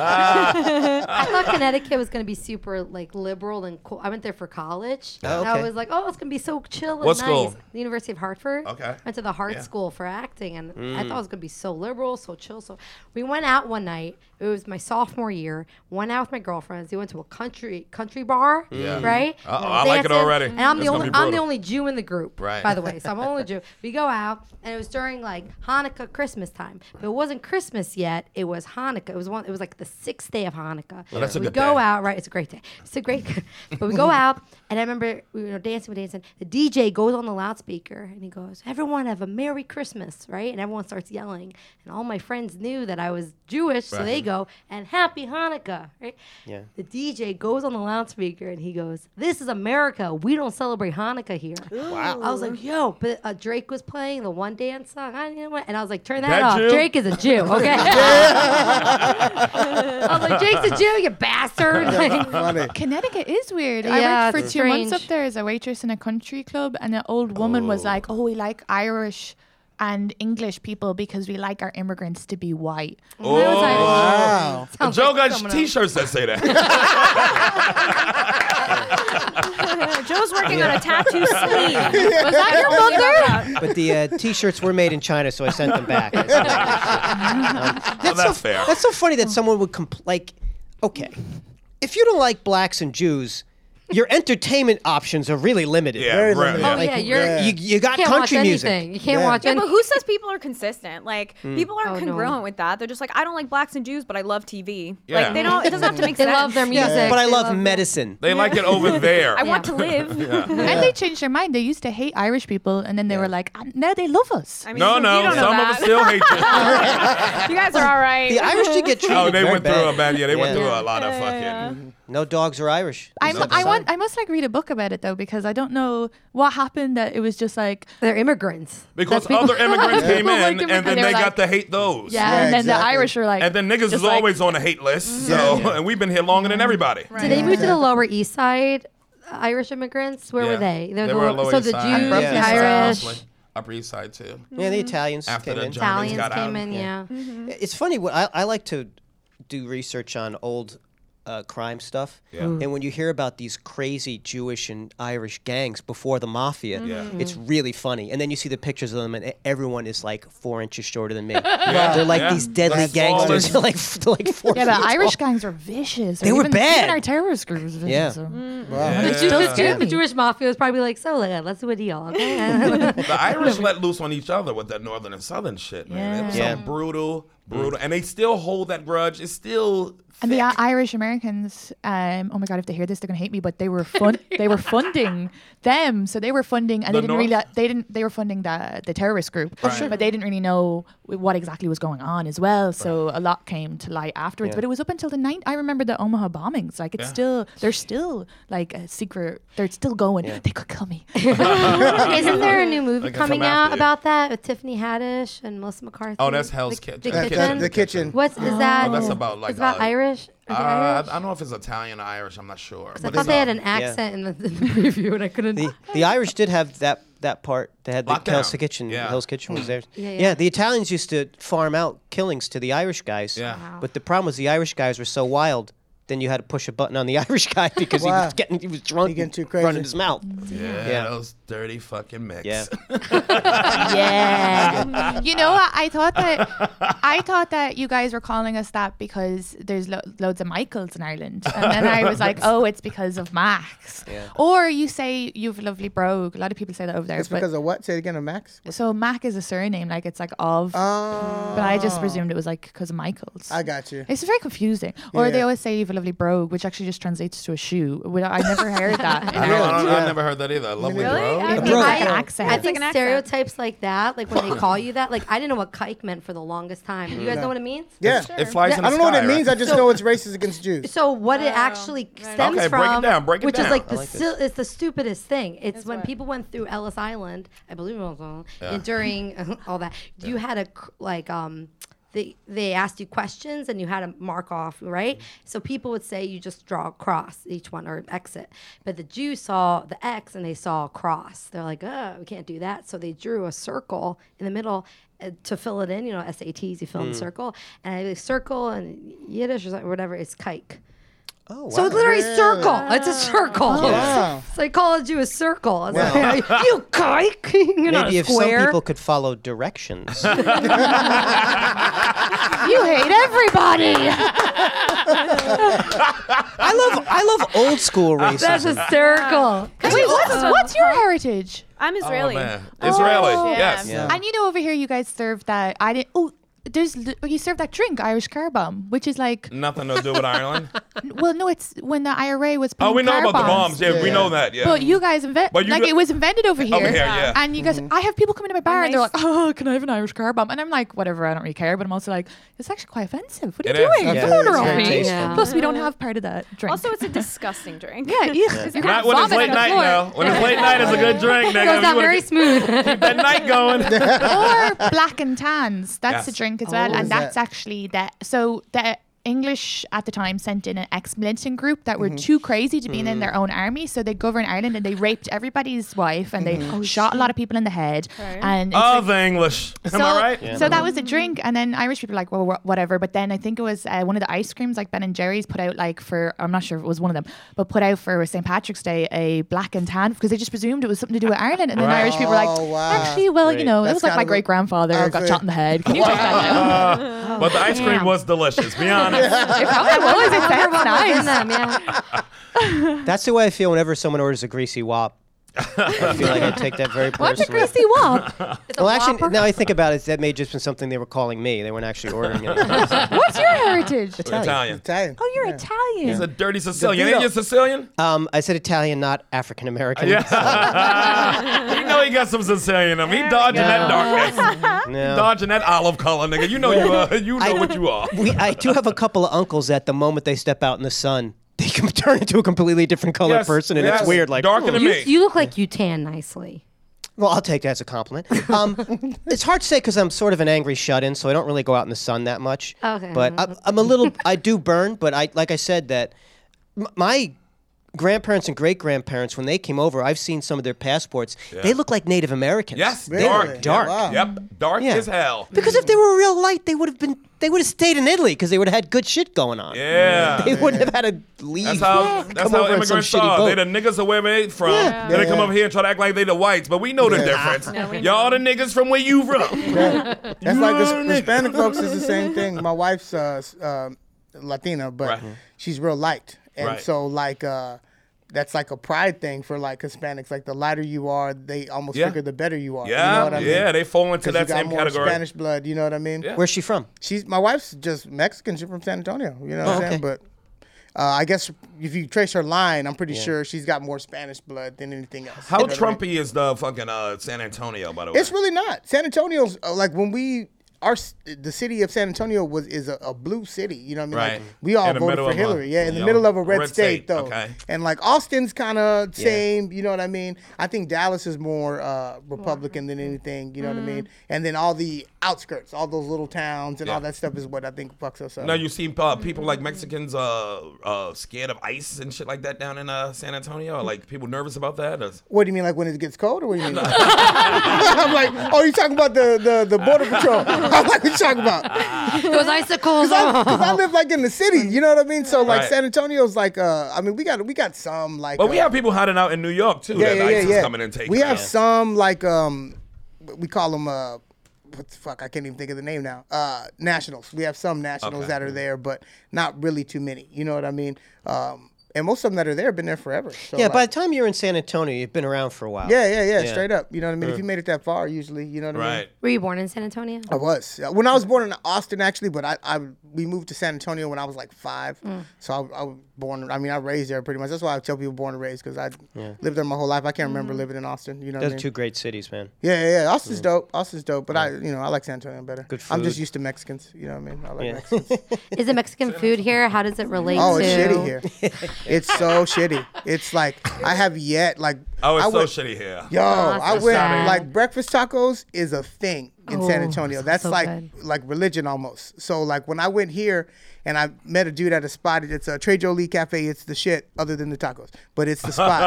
I thought Connecticut was going to be super like liberal and cool. I went there for college. And I okay. was like, oh, it's going to be so chill and What nice. school? The University of Hartford. Okay. Went to the Hart Yeah. School for acting, and I Mm. thought it was going to be so liberal, so chill. So we went out one night. It was my sophomore year. Went out with my girlfriends. We went to a country country bar. Yeah. Right. Mm. Uh-oh, We were I like it dancing, already. And I'm It's the gonna only be I'm the brutal. only Jew in the group. Right. By the way, so I'm the only Jew. We go out, and it was during like Hanukkah, Christmas time. But it wasn't Christmas yet. It was Hanukkah. It was one. It was like the sixth day of Hanukkah. Well, that's a we good go day. out, right? It's a great day. It's a great. but we go out, and I remember we were dancing, we were dancing. The DJ goes on the loudspeaker, and he goes, "Everyone have a Merry Christmas," right? And everyone starts yelling, and all my friends knew that I was Jewish, so they go and Happy Hanukkah, right? Yeah. The DJ goes on the loudspeaker, and he goes, "This is America. We don't celebrate Hanukkah here." Wow. I was like, "Yo," but uh, Drake was playing the one dance song. I didn't know what, and I was like, "Turn that, That off." Jew? Drake is a Jew, okay? I was like, Jake's a Jew, you bastard. Like, Funny. Connecticut is weird. Yeah, I worked for two it's months strange. up there as a waitress in a country club, and an old woman was like, "Oh, we like Irish." And English people because we like our immigrants to be white. Oh, I was like, Wow. sounds Joe like got someone else. t-shirts that say that. Joe's working on a tattoo sleeve. Was that your mother? But the uh, t-shirts were made in China, so I sent them back. Um, that's, Well, so, that's fair. That's so funny that someone would compl- like, okay, if you don't like blacks and Jews, your entertainment options are really limited. Yeah, Very right, limited. Oh, yeah. yeah, you're. Yeah. You, you got You can't country watch music. anything. You can't Yeah. watch Yeah, but anything. who says people are consistent? Like Hmm. people aren't Oh, no. congruent with that. They're just like, I don't like blacks and Jews, but I love TV. Yeah. Like they don't. It doesn't have to make They sense. love their music. But I They love it. medicine. They like it over there. I want to live. And they changed their mind. They used to hate Irish people, and then they were like, "Ah, "Now they love us." I mean, no, you no, don't know some of that. us still hate you. you guys are all right. The Irish did get treated Oh, they very went bad. through a bad. Yeah, they went Yeah. Mm-hmm. through a lot of fucking. No dogs are Irish. I'm, I want. I must like read a book about it though, because I don't know what happened. That it was just like, They're immigrants. Because That people- other immigrants came People in, liked and then they immigrants. They were got to hate those. yeah, and then the exactly. Irish were like, And then niggas is like- always on the hate list. So, Yeah. and we've been here longer than everybody. Did they move to the Lower East Side? uh, Irish immigrants. Where Yeah. were they? They're They the were lo- Lower so East the Jews, Side. Upper East the Side, Irish, mostly. Upper East Side too. Yeah, Mm. the Italians After came the in. Germans Italians got out. came in. Yeah. It's funny. What I, I like to do research on old uh, crime stuff. Mm. And when you hear about these crazy Jewish and Irish gangs before the mafia, Mm. Yeah. Mhm. it's really funny. And then you see the pictures of them, and e- everyone is like four inches shorter than me. They're like these deadly Like gangsters. fallen. they're like they're like four. Yeah, but feet Irish tall. gangs are vicious. They were even, bad. Even our terrorist group was vicious. Yeah. So. Mm. Wow. The, Jew- the, Jew- Yeah. the Jewish mafia was probably like, so like, let's do a deal, okay? The Irish let loose on each other with that northern and southern shit, man. It was Yeah. some Mm. brutal, brutal, and they still hold that grudge. It's still And the I- Irish Americans, um, oh my god, if they hear this, they're gonna hate me. But they were fun. they were funding them, so they were funding, and The they didn't North? Oh, really. They didn't. They were funding the the terrorist group, but they didn't really know what exactly was going on as well. So a lot came to light afterwards. But it was up until the night. I remember the Omaha bombings. Like it's still. They're still like a secret. They're still going. They could kill me. Isn't there a new movie Like, come coming after out you. about that with Tiffany Haddish and Melissa McCarthy? Oh, that's Hell's The- Kitchen. The That's- kitchen. that's the kitchen. What's is that? Oh, that's about, like, it's about uh, Irish. Are Uh, they Irish? I, I don't know if it's Italian or Irish. I'm not sure. 'Cause I But thought it's, they had uh, an accent in, the, in the preview, and I couldn't. The, the Irish did have that that part. They had the Lockdown. Hell's Kitchen. Yeah. Hell's Kitchen was theirs. Hmm. Yeah, Yeah, yeah. the Italians used to farm out killings to the Irish guys. Yeah. Wow. But the problem was the Irish guys were so wild. Then you had to push a button on the Irish guy because he Wow. was getting he was drunk, He getting and too crazy. running his mouth. Yeah, Yeah. those dirty fucking mix. Yeah. yeah. you know, I, I thought that I thought that you guys were calling us that because there's lo- loads of Michaels in Ireland, and then I was like, oh, it's because of Max. Or you say you've lovely brogue. A lot of people say that over there. It's but- because of what? Say it again, a Max. so Mac is a surname, like it's like of, Oh, Um, but I just presumed it was like because of Michaels. I got you. It's very confusing. Or they Yeah. always say you've a lovely brogue, which actually just translates to a shoe. Well, I never heard that. in I know, I Ireland. don't, I've Yeah. never heard that either. Lovely Really? bro. I- It's Brogue. like an I- accent. I It's like think an accent. stereotypes like that, like when they call you that, like I didn't know what kike meant for the longest time. You guys know what it means? Yeah. It flies in the I don't know what sky, it means. right? I just know it's racist against Jews. So what Oh, it actually stems Okay, break it from, down, break it which down. is like I the sil- it's the stupidest thing. It's when people went through Ellis Island, I believe it was, uh, and during all that, you had a c- like um. They, they asked you questions and you had to mark off, right? Mm-hmm. So people would say you just draw a cross each one or exit. But the Jews saw the X and they saw a cross. They're like, oh, we can't do that. So they drew a circle in the middle uh, to fill it in. You know, SATs, you Mm. fill in the circle. And a circle and Yiddish or something, whatever, is kike. Oh, So it's literally a circle. It's a circle. Oh, Wow. So I called you a circle. It's Wow. like, you kike. You're not Maybe a if square. some people could follow directions. you hate everybody. I love I love old school racism. That's hysterical. Wait, what's, what's your heritage? I'm Israeli. Oh, Man. Israeli. yeah. Yes. Yeah. And you know, over here, you guys serve that. I didn't. Oh, there's li- you serve that drink, Irish car bomb, which is like. Nothing to do with Ireland. Well, no, it's when the IRA was. oh, putting we know car about the bombs. bombs. Yeah, we Yeah. know that. Yeah. But you guys invent But you like got- it was invented over here. Over here, yeah. And you guys, I have people coming to my bar and they they're s- like, "Oh, can I have an Irish car bomb?" And I'm like, "Whatever, I don't really care." But I'm also like, "It's actually quite offensive. What are It you is. doing? Yeah. Don't order It's off very me." tasteful. Plus, we don't have part of that drink. Also, it's a disgusting drink. yeah, yeah. You're gonna Not when it's vomit late on the night, floor. though. When it's late night, it's a good drink, nigga. It goes You out wanna very keep smooth. that night going. or black and tans. That's a Yes. drink as well, and that- that's actually the so the English at the time sent in an ex-militant group that were too crazy to be in their own army, so they governed Ireland and they raped everybody's wife and they shot a lot of people in the head. And it's Of the English. Am so, I right? so that was a drink, and then Irish people were like, well, wh- whatever. But then I think it was uh, one of the ice creams, like Ben and Jerry's, put out like for I'm not sure if it was one of them, but put out for St Patrick's Day a black and tan because they just presumed it was something to do with Ireland, and then Right. Irish people were like, Oh, wow. actually, well, you know, that That's was like gotta my be- great grandfather I got see. shot in the head. Can you take that? But the ice cream Damn. was delicious. Be honest. It probably was. It Wonder sounds what was in nice. them, yeah. That's the way I feel whenever someone orders a greasy wop. I feel like I take that very personally. What's a greasy wop? well, actually, now I think about it, that may have just been something they were calling me. They weren't actually ordering it. What's your heritage? Italian. Italian. Oh, you're Italian. He's a dirty Sicilian. Vito. Ain't you Sicilian? Um, I said Italian, not African American. Yeah. you know he got some Sicilian in him. He dodging that darkness. No. Dodging that olive color, nigga. You know you are. You know I- what you are. We, I do have a couple of uncles that the moment they step out in the sun, they can turn into a completely different color Yes, person, and yes. it's weird. Like, darker than You, me. you look like you tan nicely. well, I'll take that as a compliment. Um, it's hard to say because I'm sort of an angry shut-in, so I don't really go out in the sun that much. Okay. but I, I'm a little. I do burn, but I like I said that m- my grandparents and great grandparents, when they came over, I've seen some of their passports. They look like Native Americans. Yes, they dark, were dark. Wow. Yep, dark Ah. Yeah. as hell. Because if they were real light, they would have been. They would have stayed in Italy because they would have had good shit going on. Yeah. They wouldn't have had to leave. That's how come that's how over in some immigrants shitty are. boat. They the niggas are where they from. Yeah. Then they come Yeah. over here and try to act like they the whites, but we know the Yeah. difference. No, we Y'all the niggas from where you from. That's like the You're a the nigga. Hispanic folks is the same thing. My wife's uh, s- um Latina, but Right. she's real light, and Right. so like uh, that's like a pride thing for like Hispanics. Like the lighter you are, they almost Yeah. figure the better you are. you know Yeah, what I mean? yeah, they fall into 'Cause that you got same more category. Spanish blood. You know what I mean? Yeah. Where's she from? She's my wife's just Mexican. She's from San Antonio. You know what Oh, I'm saying? okay. But uh, I guess if you trace her line, I'm pretty sure she's got more Spanish blood than anything else. How You know what I mean? Trumpy is the fucking uh, San Antonio, by the way? It's really not. San Antonio's uh, like when we our s- the city of San Antonio was is a, a blue city. You know what I mean? Right. Like we all In the voted middle for of a- Hillary. yeah, in the yeah, middle of a red, red state, state, though. okay. And like Austin's kind of same. You know what I mean? I think Dallas is more uh, Republican Mm-hmm. than anything. You know what I mean? And then all the outskirts, all those little towns, and Yeah. all that stuff is what I think fucks us up. Now you see uh, people like Mexicans uh, uh, scared of ice and shit like that down in uh, San Antonio. Are, like people nervous about that? Or- What do you mean, like when it gets cold, or what do you mean? I'm like, oh, you talking about the the, the border patrol? I'm like, what you talking about? Those icicles. because I live like in the city. You know what I mean? So like Right. San Antonio's like uh, I mean we got we got some like. But we uh, have people hiding out in New York too. yeah that yeah ICE yeah, is yeah. coming and taking. we have them. some like um we call them uh what the fuck I can't even think of the name now uh nationals. We have some nationals Okay. Mm-hmm. that are there, but not really too many. You know what I mean? Um, and most of them that are there have been there forever. So, Yeah, like, by the time you're in San Antonio, you've been around for a while. yeah, yeah, yeah, Yeah. straight up. You know what I mean? If you made it that far, usually, you know what I mean? Mm. right. Were you born in San Antonio? I was Uh, when I was born in Austin actually, but I, I we moved to San Antonio when I was like five, Mm. so I, I was born. I mean, I raised there pretty much. That's why I tell people born and raised because I lived there my whole life. I can't Mm-hmm. remember living in Austin. You know, what I Those are mean? two great cities, man. yeah, yeah, yeah. Austin's dope. Austin's dope, but I, you know, I like San Antonio better. Good I'm just food. used to Mexicans. You know what I mean? I like Yeah. Mexicans. Is the Mexican food here? How does it relate Oh, to? it's shitty here. It's so shitty. It's like I have yet like Oh, it's I so went- shitty here. Yo, I that's went sad. like breakfast tacos is a thing in San Oh, Antonio. sounds That's so like good. like religion almost. So like when I went here and I met a dude at a spot. It's a Trey Jolie Cafe. It's the shit other than the tacos, but it's the spot.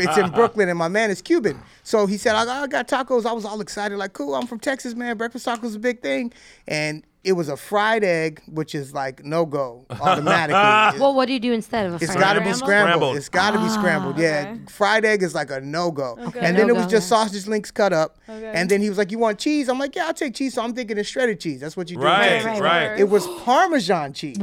and it's in Brooklyn, and my man is Cuban. So he said, I, I got tacos. I was all excited, like cool. I'm from Texas, man. Breakfast tacos is a big thing, and. It was a fried egg, which is like no go automatically. Well, what do you Ah, do instead of a It's fried got to egg? be Scrambled? scrambled. Scrambled. It's got to be scrambled. Yeah, fried egg is like a no go. And then it was No-go. just sausage links cut up. And then he was like, "You want cheese?" I'm like, "Yeah, I'll take cheese." So I'm thinking it's shredded cheese. That's what you do. in Right, Texas. right. Right, It was Parmesan cheese.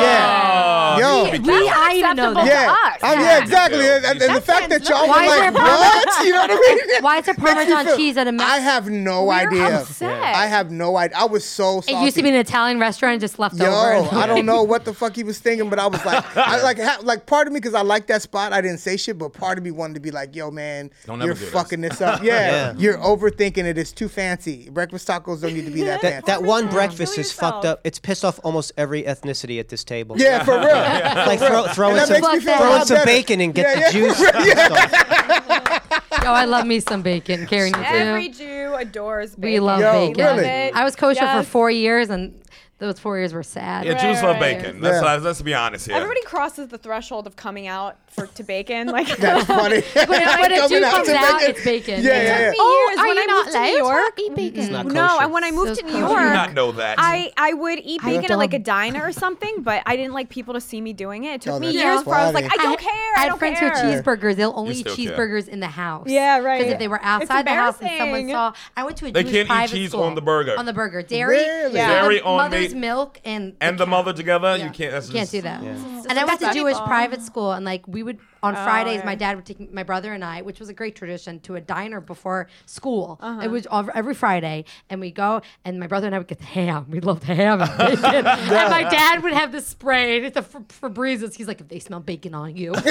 Yeah. Yo. We- I didn't know that. Yeah. to us. I mean, Yeah. yeah, exactly. And, and the That's fact that y'all Why were is like, there Parmesan- "What?" You know what I mean? Why is there Makes me Parmesan feel- cheese at a Mex- I have no We're idea. upset. I have no idea. I was so salty. It used to be an Italian restaurant and just left Yo, over. I don't know what the fuck he was thinking, but I was like, I like, ha- like part of me because I like that spot. I didn't say shit, but part of me wanted to be like, yo, man, Don't ever you're do this." fucking this, up. Yeah, you're overthinking it. It's too fancy. Breakfast tacos don't need to be that fancy. That one breakfast Kill is fucked yourself. up. It's pissed off almost every ethnicity at this table. yeah, for real. Like throw, throw in And that some, makes me feel a throw in lot some better. bacon and get Yeah, the yeah, juice. Yo, Oh, I love me some bacon. Karen, you Every too. Jew adores bacon. We love Yo, bacon. really? I was kosher Yes. for four years, and those four years were sad. Yeah, Right, Jews love right, right. bacon. Let's, uh, Yeah. let's, let's be honest here. Everybody crosses the threshold of coming out for to bacon. Like That's funny. But if- but if Coming Jew out comes to out, bacon. it's bacon. Yeah, It yeah, took yeah. me Oh, years are when you I not not moved to New allowed to York. eat bacon? not No, kosher. and when I moved So to New kosher. York, I did not know that. I, I would eat I bacon at like a don't. diner or something, but I didn't like people to see me doing it. It took Oh, me that's years before I was like, funny. I don't had- care. I I, had don't friends care. who are cheeseburgers. They'll only You eat still care. cheeseburgers in the house. Yeah, right. Because if they were outside the house and someone embarrassing. saw, I went to a They Jewish can't eat private cheese school. on the burger. On the burger, dairy, Really? yeah. Dairy the on mother's the- milk, and and the cow. mother together, Yeah. you can't. That's can't just, do that. And I went to Disrespectful. Jewish private school, and like we would on Fridays, yeah. my dad would take my brother and I, which was a great tradition, to a diner before school. It was all, every Friday, and we go, and my brother and I would get the ham. We loved ham and bacon, and my dad would have the spray, it's the Fa- Febrezes. He's like, if they smell bacon on you,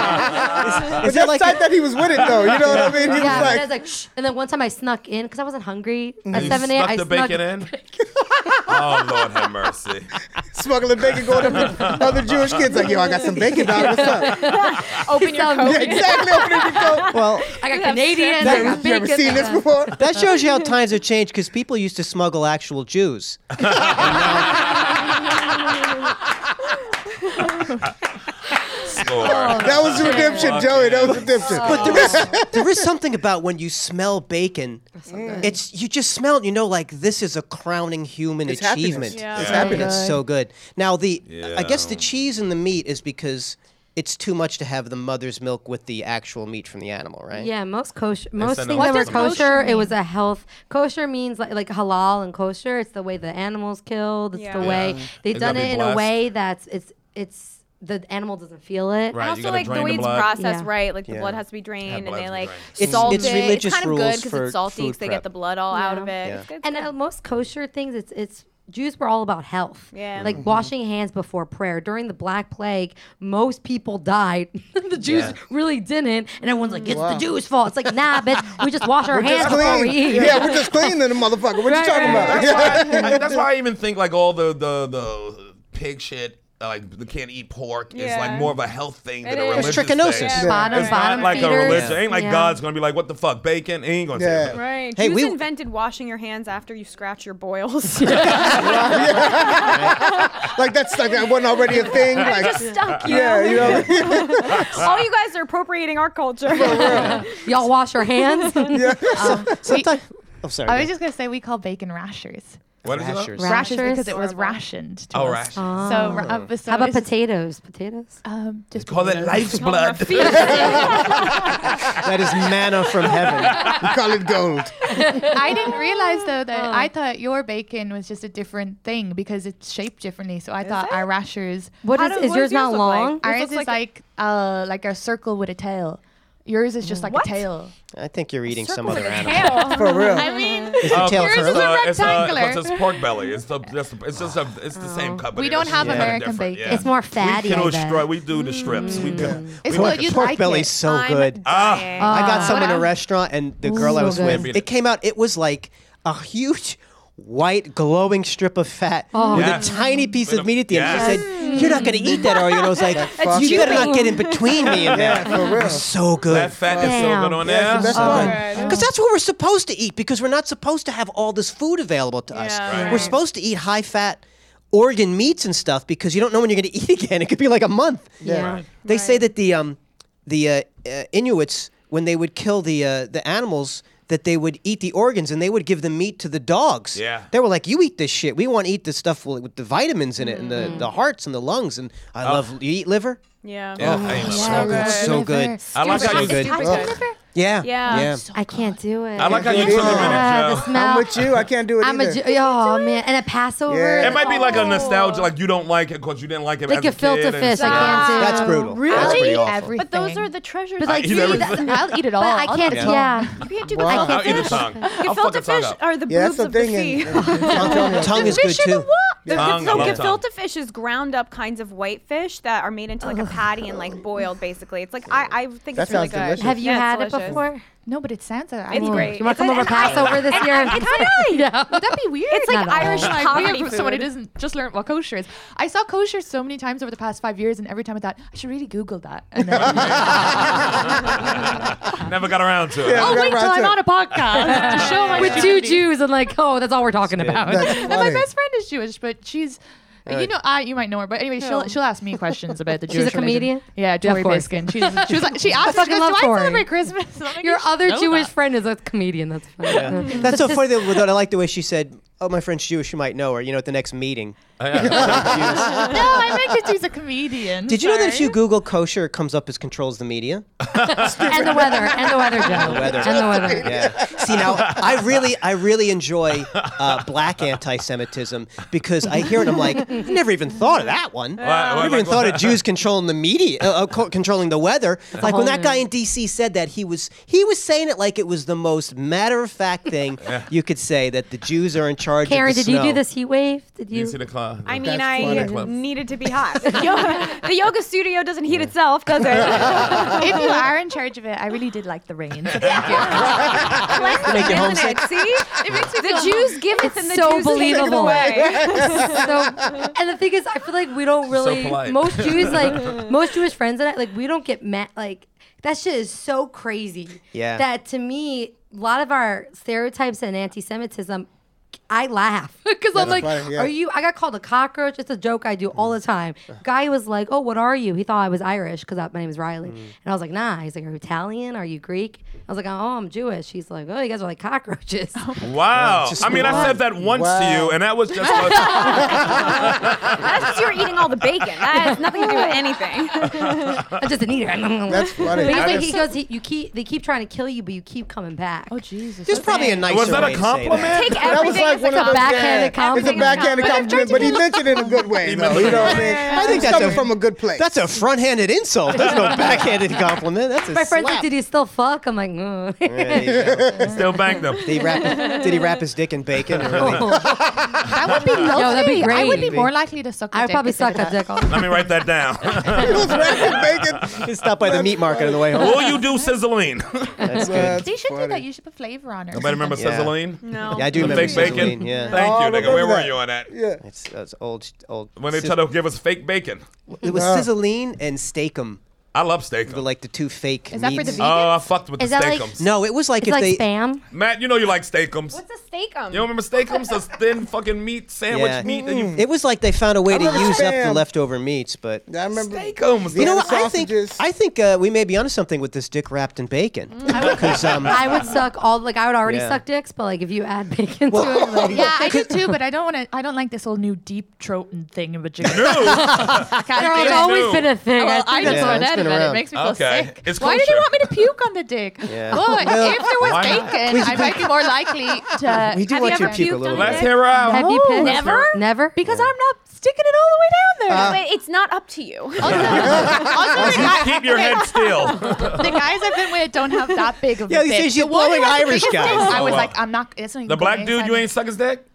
But that's like that he was with it though. You know what I mean? He was yeah. like, and, I was like, Shh. and then one time I snuck in because I wasn't hungry at You seven a.m. snuck I the snuck bacon in. oh Lord have mercy. smuggling bacon, going to the other Jewish kids. Like, yo, I got some bacon, dog. What's up? Open your Some- coat. Yeah, exactly. Opening your coat. Well, I got Canadian. I got You ever bacon, seen I this got- before? that shows you how times have changed because people used to smuggle actual Jews. And now- score. That was redemption, Fuck Joey. yeah. That was redemption. But there is there is something about when you smell bacon. It's you just smell it. You know, like this is a crowning human It's happiness. achievement. Yeah. It's Yeah. And happiness. it's so good. Now the I guess the Yeah. cheese and the meat is because it's too much to have the mother's milk with the actual meat from the animal, right? Oh, Yeah, most kosher, most said things no that were What does kosher kosher, it mean? was a health. Kosher means like like halal and kosher. It's the way the animals killed. It's the Yeah. way they've They done gotta it be in a blessed. way that's it's it's the animal doesn't feel Right. And it. you also gotta like the drain way the it's blood. processed, Yeah. right? Like the blood Yeah. has to be drained, and blood they has to be like drained. It's- salt it's it. religious it's kind of rules good because for it's salty food because they get prep. the blood all out of it. Yeah. It's good And stuff. uh, most kosher things, it's it's Jews were all about health. Yeah. Like washing hands before prayer. During the Black Plague, most people died. the Jews Yeah. really didn't, and everyone's like, "It's the Jews' fault." It's like, nah, bitch, we just wash our hands Just before we clean. eat. Yeah, we're just cleaning the motherfucker. What you Right, talking right, about? that's, why I, that's why I even think like all the the the pig shit, like they can't eat pork, is Yeah. like more of a health thing than It a is. religious It's thing. trichinosis. Yeah. Bottom, It's bottom not like feeders. a religion. Ain't like Yeah. God's gonna be like, what the fuck, bacon? He ain't gonna say Yeah. that. Right. Hey, Jews we- invented washing your hands after you scratch your boils. Like that's like that wasn't already a thing. Like Stuck, you yeah, know? you know. what I mean? All you guys are appropriating our culture. Y'all wash your hands. Sometimes. Oh, sorry. I was go. just gonna say we call bacon rashers. What is it? Rashers. Ra- Rashers, Rashers? because it was rationed to Oh, us. rashers. So, ra- Oh. uh, so How about it's just, potatoes? Potatoes. um, just Call it potatoes. life's blood. that is manna from heaven. We call it gold. I didn't realize though that Oh. I thought your bacon was just a different thing because it's shaped differently. So I thought our rashers. What How is, do- is what yours does yours not look like? long? Yours Ours looks is like a- like uh like a circle with a tail. Yours is just like What? a tail. Uh-huh. I think you're eating some other animal. For real. I mean, Is your tail yours is curly? a it's, uh, rectangular. it's, it's pork belly. It's the just it's just a, it's the same company. We don't It's just have kinda American different, bacon. yeah. It's more We, fatty. can I destroy, bet. we do the strips. We do. It's we good. like You'd Pork like belly's it. so I'm good. Ah, dying. I got some in a Uh, restaurant, and the girl I so was good. with, it came out. It was like a huge, white, glowing strip of fat Oh, with Yeah. a tiny piece With a- of meat at the Yes. end. She said, "You're not gonna eat that, are you?" And I was like, "You better not get in between me and Yeah, that." for real. So good. that fat is so Damn. good on Yeah, there. it's the best Uh, part. Because that's what we're supposed to eat. Because we're not supposed to have all this food available to us. Yeah. Right. We're supposed to eat high fat organ meats and stuff because you don't know when you're going to eat again. It could be like a month. Yeah. They say that the um, the uh, uh, Inuits when they would kill the uh, the animals that they would eat the organs and they would give the meat to the dogs. Yeah. They were like, "You eat this shit. We want to eat the stuff with with the vitamins in it and Mm-hmm. the, the hearts and the lungs." And I love you eat liver. yeah. yeah, I Oh, ain't so like good. that. So Liver. good. I like Stupid. how you. good. Stupid Ugh. liver. Yeah. Yeah. I can't do it. I like how you took a Ah, minute, the Joe. smell. I'm with you. I can't do it I'm either. a Jew. Oh man, and a Passover. Yeah. It might be like a nostalgia, Oh. like you don't like it because you didn't like it. like as a a filter kid and fish. I shit. can't do. That's brutal. That's pretty awful. Everything. But those are the treasures. But like, eat see, everything. that- I'll eat it all. But I I'll can't. eat it all. Yeah. you can't do Wow. the I'll eat fish. the tongue. I'll fuck a Gefilte tongue fish up. are the Yeah, that's boobs the of the thing. sea. in- Tongue is good Fish are the too. what? The- Tongue, I So love gefilte fish is ground up kinds of white fish that are made into like a patty and like boiled basically. It's like I, I think That it's really sounds good. delicious. Have you Yeah, it's had it delicious. before? No, but it sounds. I It's will- great. You want to It's come over an Irish- Passover this year? It's funny. Yeah. Would that be weird? It's like Not at all. Irish Like, we comedy have food. someone who doesn't just learn what kosher is. I saw kosher so many times over the past five years, and every time I thought I should really Google that. And Oh, then- Never got around to it. Yeah, I'll we wait got till around I'm to on a podcast to show my With two Jews and like, oh, that's all we're talking about. That's And my funny. best friend is Jewish, but she's. You know, I you might know her, but anyway, she'll she'll ask me questions about the Jewish. a religion. comedian? Yeah, Tori course. Biskin. She's, she was like, she asked me, she fucking goes, love "Do I Tori. celebrate Christmas?" And I'm like, Your "You other know Jewish that." friend is a comedian. That's funny. That's so funny though. though I like the way she said, "Oh, my friend's Jewish. You might know her. You know, at the next meeting." no, I meant just she's a comedian. Did you know that if Sorry. you Google kosher, it comes up as controls the media? and the weather. And the weather, Joe. And the weather. weather. Yeah. See now, I really, I really enjoy uh, black anti-Semitism because I hear it. and I'm like, I never even thought of that one. Why- why- I never even like, thought of Jews controlling the media, uh, uh, co- controlling the weather. Like when whole that guy in D.C. said that, he was he was saying it like it was the most matter-of-fact thing you could say that the Jews are in charge. Karen, of the did you snow. do this heat wave? Did You you? see the clown? I mean, That's I funny. needed to be hot. Yoga- the yoga studio doesn't heat itself, does it? if you are in charge of it, I really did like the rain. So thank you. Make it Isn't homesick. it? See, the Jews give it and the so Jews take it believable. away. so, and the thing is, I feel like we don't really polite. most Jews like most Jewish friends that I like we don't get mad like that shit is so crazy. Yeah. That to me, a lot of our stereotypes and anti-Semitism I laugh because I'm That's like, funny, yeah. "Are you?" I got called a cockroach. It's a joke I do all the time. Mm. Guy was like, "Oh, what are you?" He thought I was Irish because my name is Riley, Mm. and I was like, "Nah." He's like, "Are you Italian? Are you Greek?" I was like, "Oh, I'm Jewish." He's like, "Oh, you guys are like cockroaches." Wow. I mean, I said that once to you, and that was just. a- That's just you're eating all the bacon. That has nothing to do with anything. I just didn't eat it. That's funny. But he's I like, he goes, he, you keep they keep trying to kill you, but you keep coming back. Oh Jesus. There's probably a nicer was that way a To say that. compliment? Take That was everything like as one a of compliment. those backhanded yeah, compliment. It's a backhanded But they've compliment, turned but it he into- mentioned it in a good way. though, you know what I mean? I think think that's that's coming a- from a good place. That's a front-handed insult. That's no backhanded compliment. That's a My friend's like, slap. did you still fuck? I'm like, "Mm." There you go. Still bang them. Did he wrap? did he wrap his dick in Oh, bacon? Or anything? That would be lovely. that'd be I would be great. more likely to suck. a I dick probably if they did sucked that that. dick off. Let me write that down. It was wrapped in bacon. He stopped by the meat market on the way home. Will you do sizzling? I That's good. They should do funny. that. You should put flavor on it. or better remember something. Yeah. sizzling. No. Yeah, I do The remember fake bacon. sizzling, Yeah, Thank Oh, you, nigga. Where remember were that. you on that? Yeah. it's, uh, it's old, old. When they sis- try to give us fake bacon. it was Yeah. sizzling and steakum I love steak. were like the two fake. Is that for meats. the vegan? Oh, I fucked with Is the that like- steakums. No, it was like It's if like they. spam. Matt, you know you like steakums. What's a um? steakum? You don't remember steakums? Those thin fucking meat sandwich Yeah. Mm. meat that you It was like they found a way to remember use up the spam. leftover meats, but. I remember. steakums. You You know know Yeah, what? the I think sausages. I think uh, we may be onto something with this dick wrapped in bacon. Because um, Mm, I would suck all like I would already Yeah. suck dicks, but like if you add bacon to it, like, Yeah, I do too, but I don't want to. I don't like this whole new deep throat and thing in vagina. girl, it's do. always been a thing. Well, I I think just Yeah, learned it's that about it. been around. It makes me feel Okay. sick. It's Why did you culture. want me to puke on the dick? Yeah. Look, if there Why was not? bacon, I might be more likely to. we do Have you want ever your puke a puked little on a bit. Let's hear her out. Have you pissed? Never? Never. because I'm not sticking it all the way down there. Wait, it's not up to you. also, the, guy- Keep your okay, head still. the guys I've been with don't have that big of a Yeah, these dick. days you're The one who blowing has the Irish biggest guys. dick, I was Oh, like, I'm not. It's not even The black going dude, you inside. ain't suck his dick?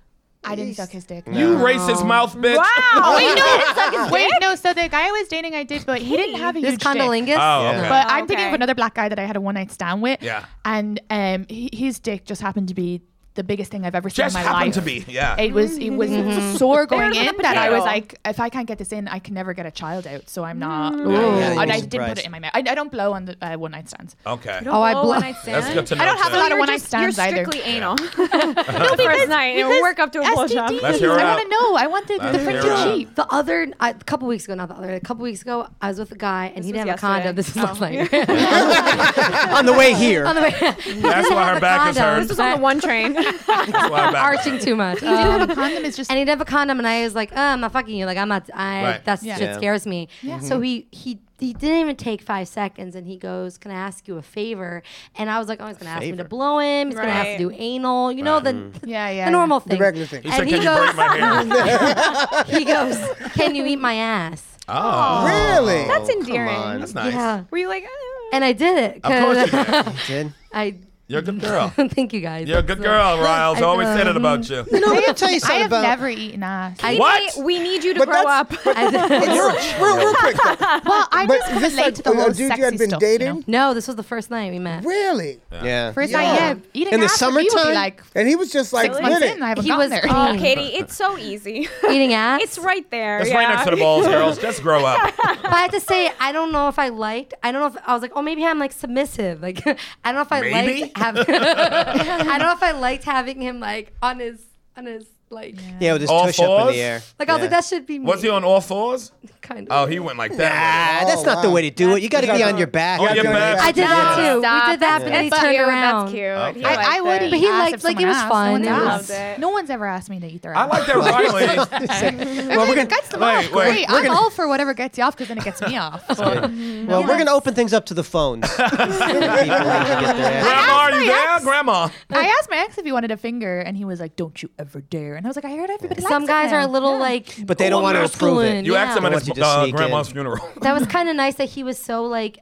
I didn't suck his dick. You race his mouth, bitch. Wow. Wait, no, it's like Wait, no. So the guy I was dating, I did, but he didn't have a This huge dick. condolingus. Oh, okay. But Oh, I'm thinking of okay. another black guy that I had a one night stand with. Yeah. And um, he, his dick just happened to be the biggest thing I've ever seen Just in my happened life. to be. Yeah. It was it was sore going Better than in a that I was potato. like, if I can't get this in, I can never get a child out. So I'm not. yeah, you'd and be I didn't put surprised. it in my mouth. I, I don't blow on the uh, one night stands. Okay. Oh, I blow blo- one night stand. That's good to know. I don't have a too. lot of You're one night just- you're stands either. strictly anal. no, first night, it'll work up to a blowjob. Let's STDs. hear her I want out. to know. I want the, Let's the print hear her out. to cheap. The other, I, a couple weeks ago, not the other, a couple weeks ago, I was with a guy and he was didn't have yesterday. a condom. This is Oh. last night. on the way here. On the way, That's why her back is Condom. hurt. This was on the one train. That's why I'm back. arching too much. The Um, condom is just. and he didn't have a condom, and I was like, uh, I'm not fucking you. Like I'm not. I Right. that Yeah. shit Yeah. scares me. So he he he didn't even take five seconds, and he goes, "Can I ask you a favor?" And I was like, "Oh, he's gonna ask me to Favor? blow him. He's gonna have to Right. do anal. You know the Yeah, yeah. the normal thing. regular thing. He He said, and can he you break goes, my hair? he goes, "Can you eat my ass?" Oh. Really? That's on. endearing. That's nice. Yeah. Were you like, "Oh." And I did it. Of course you 'cause did. Did. I You're a good girl. thank you guys. You're a good girl, Riles. I always said it um, about you. No, I'm gonna tell you I something have about. never eaten ass. I- What? we need you to But grow up. that's- I did- Real, real, real quick. though. well, I But just is this relate like to the a whole dude sexy you had been stuff, you know? dating? no, this was the first night we met. Really? Yeah. First Yeah. night, yeah, eating In the ass for me would be summertime? like And he was just like, six Really? with months in. it. I haven't He gotten was there. clean. Oh, Katie, it's so easy. Eating ass. it's right there. It's yeah. right next to the balls, girls. Just grow up. but I have to say, I don't know if I liked. I don't know if I was like, oh, maybe I'm like submissive. Like, I don't know if I Maybe? liked. Have, I don't know if I liked having him like on his on his like. Yeah, with his All tush up in fours? the air. Like I was like, that should be me. Was he on all fours? Kind Oh, of. he went like that. Ah, that's Oh, not the wow. way to do it. You got to be on your back. Oh, Yeah, your doing back. that. I did that too. Stop. We did that, but then he That's turned cute. around. That's cute. Okay. He I- liked I it. would eat But he ass liked- if like, it someone was asked. fun. No, It one was- asked. Loved it. No one's ever asked me to eat their ass. I like that Riley. Well, we're gonna, gets them Wait, off. wait, Wait, we're I'm all for whatever gets you off because then it gets me off. well, we're gonna open things up to the phones. People need to get their ass- Grandma, are you my there? ex. Grandma. I asked my ex if he wanted a finger, and he was like, "Don't you ever dare!" And I was like, "I heard everybody." likes Some it guys are a now." little like. But they don't want to approve masculine. it. You asked Yeah. him at Why his don't you just uh, sneak grandma's in? funeral. That was kind of nice that he was so like.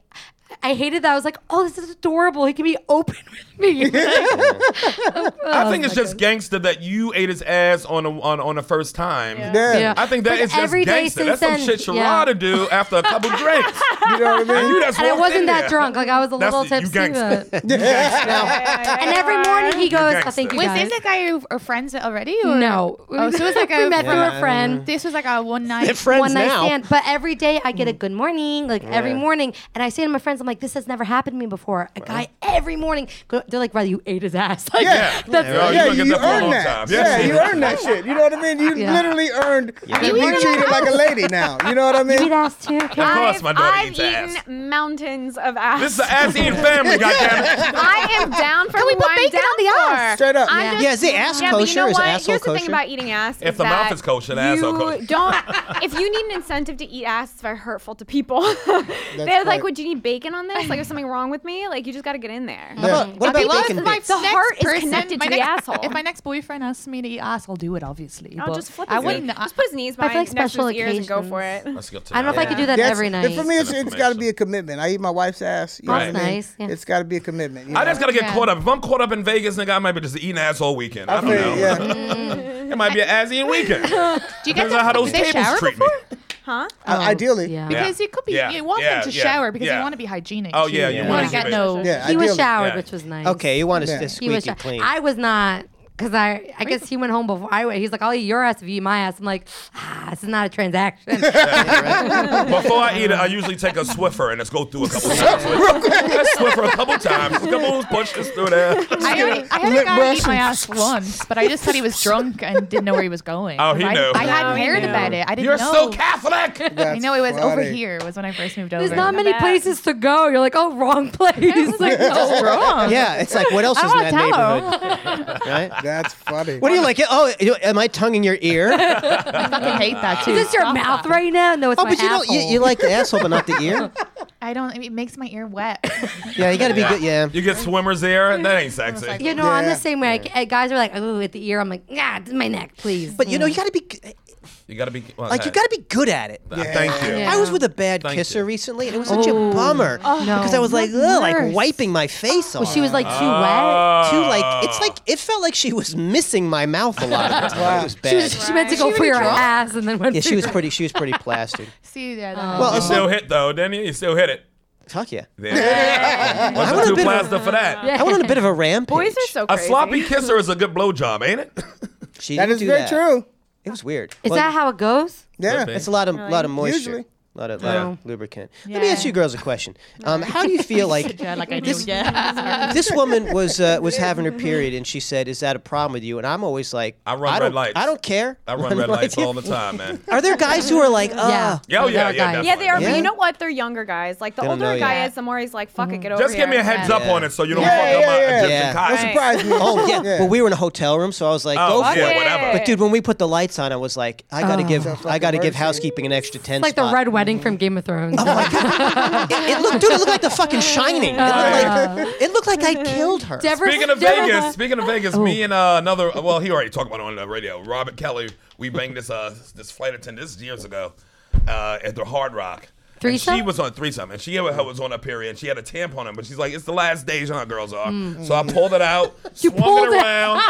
I hated that. I was like, oh, this is adorable. He can be open with me. Oh, I think it's just gangster that you ate his ass on a, on on the first time. Yeah. Yeah. I think that But is just every day gangster. That's since some then, shit Sherrod yeah. to do after a couple drinks. You know what I And mean? you just and I walked in wasn't that there. drunk. Like I was a That's little the- you tipsy. gangsta. but- Yeah, yeah, And yeah. every morning he goes, I think you Was Was guys. this a guy you are friends with already? Or? No. Oh, so it was like we a. met through Yeah. a friend. This was like a one night. They're friends One night now. stand. But every day I get a good morning, like every morning. And I say to my friends, I'm like, this has never happened to me before. A guy every morning, go, they're like, "Brother, you ate his ass." Like, Yeah. that's Yeah. yeah, you you, look at that for a earned long that. time. Yeah, Yeah. you earned that shit. You know what I mean? You Yeah. literally earned yeah. You being eat treated like a lady now. You know what I You eat mean? ass too. Of Okay. course, my daughter I've eats ass. eaten mountains of ass. This is an ass eating family, goddammit. I am down for Can we what put I'm bacon down on the for. ass? Straight up. I'm Yeah. just- Yeah, is it ass yeah, but you kosher? know Is what? asshole Here's the thing kosher? about eating ass. If the mouth that is kosher, the asshole you kosher. Don't. if you need an incentive to eat ass, it's very hurtful to people. They're like, right. "Would you need bacon on this? Like, is something wrong with me? Like, you just got to get in there." Yeah. What about People- bacon if my bits? The next heart is person- connected my to the next- asshole. If my next boyfriend asks me to eat ass, I'll do it, obviously. I'll but just flip. I his- wouldn't. I- Just put his knees I behind feel like next to special his ears and go for it. occasions. Let's go to I don't know if I could do that That's- every night. For me, it's, Good it's got to information. be a commitment. I eat my wife's ass. You know That's what I mean? nice, yeah. It's got to be a commitment. You know? I just gotta get Yeah. caught up. If I'm caught up in Vegas, nigga, I might be just eating ass all weekend. I, I don't feel know. you, yeah. It might be an ass eating weekend. Do you guys Depends on how do those they shower tables treat me. before? I- ideally. Yeah. Yeah. Because it could be Yeah. you want Yeah. them to Yeah. shower because Yeah. you want to be hygienic. Oh, too. yeah, you you wanna want to be get hygienic. no. Yeah, He was ideally. showered, Yeah. which was nice. Okay, you want us Yeah. to He was. squeaky sho- clean. I was not. Cause I, I guess he went home before I went. He's like, "I'll eat your ass if you eat my ass." I'm like, ah, "This is not a transaction." Before I eat it, I usually take a Swiffer and let's go through a couple times. Let's Swiffer a couple times. Come on, punch this through there. I had, I had Lip a guy eat my brushes. ass once, but I just thought he was drunk and didn't know where he was going. Oh, he 'Cause I, knew. I Oh, hadn't he heard knew. about it. I didn't You're know. so Catholic. I know it was over funny. here was when I first moved There's over. not many Yeah. places to go. You're like, "Oh, wrong place." like, What's no. wrong. yeah, it's like what else I is in wanna that neighborhood? right? That's funny. What do you like? Oh, you- am I tongue in your ear? oh, I fucking hate that too. Is this your Stop mouth that. right now? No, it's my but you don't. asshole. You, you like the asshole, but not the ear. I don't. It makes my ear wet. Yeah, you got to be good. Yeah. You get swimmer's air. That ain't sexy. You know, I'm Yeah. the same way. I ca- guys are like, "Ooh, at the ear." I'm like, "Yeah, it's my neck, please." But you know, you got to be g- You gotta be well, like you hey. got to be good at it. Uh, Thank you. Yeah. I was with a bad Thank kisser you. recently, and it was such a bummer because I was like, What ugh, like nurse? wiping my face well, off. she was like too wet. Oh. too like it's like it felt like she was missing my mouth a lot of the time. It was bad. She was. She meant to go for your ass, and then went. yeah, for she your- was pretty. She was pretty plastered. See, yeah, that- Well, You it's still hit though, didn't you? You still hit it. fuck yeah. There. What's would've the two been a- plaster for that? I went on a bit of a rampage. Boys are so A crazy. sloppy kisser is a good blowjob, ain't it? She That didn't is do very that. true. It was weird. Is that how it goes? Yeah. Could It's a lot of lot of moisture. Usually. Lot of, lot of Yeah. lubricant. Let me ask Yeah. you girls a question. Um, how do you feel like yeah, like I knew. this, Yeah. this woman was uh, was having her period and she said, "Is that a problem with you?" And I'm always like, I run red don't, lights. I don't care. I run red lights all the time, man. Are there guys who are like, "Uh, Yeah. Yeah, oh, They're yeah, yeah, guys. Yeah, they are. But Yeah. you know what? They're younger guys. Like the They don't older know a guy yet. is, the more he's like, "Fuck it, get over Just give me here." a heads up on it so you don't Yeah, fuck yeah, up my yeah. Egyptian Yeah. cotton. Right. Surprise me. Oh yeah. Yeah. Well, we were in a hotel room, so I was like, Oh, "Go for yeah, it." whatever. But dude, when we put the lights on, I was like, "I Oh. gotta give, I gotta give mercy. housekeeping an extra ten. It's like the spot. red wedding from Game of Thrones. Oh, It looked, dude, it looked like the fucking Shining. It looked like, it looked like I killed her. Deborah- Speaking of Deborah- Vegas, speaking of Vegas, me and uh, another well, he already talked about it on the radio. Robert Kelly, we banged this uh this flight attendant this is years ago uh, at the Hard Rock. And she Threesome? was on threesome, and she had- was on a period. And she had a tampon in, but she's like, "It's the last days, you know how girls are." So I pulled it out, swung Hmm. pulled it it- around,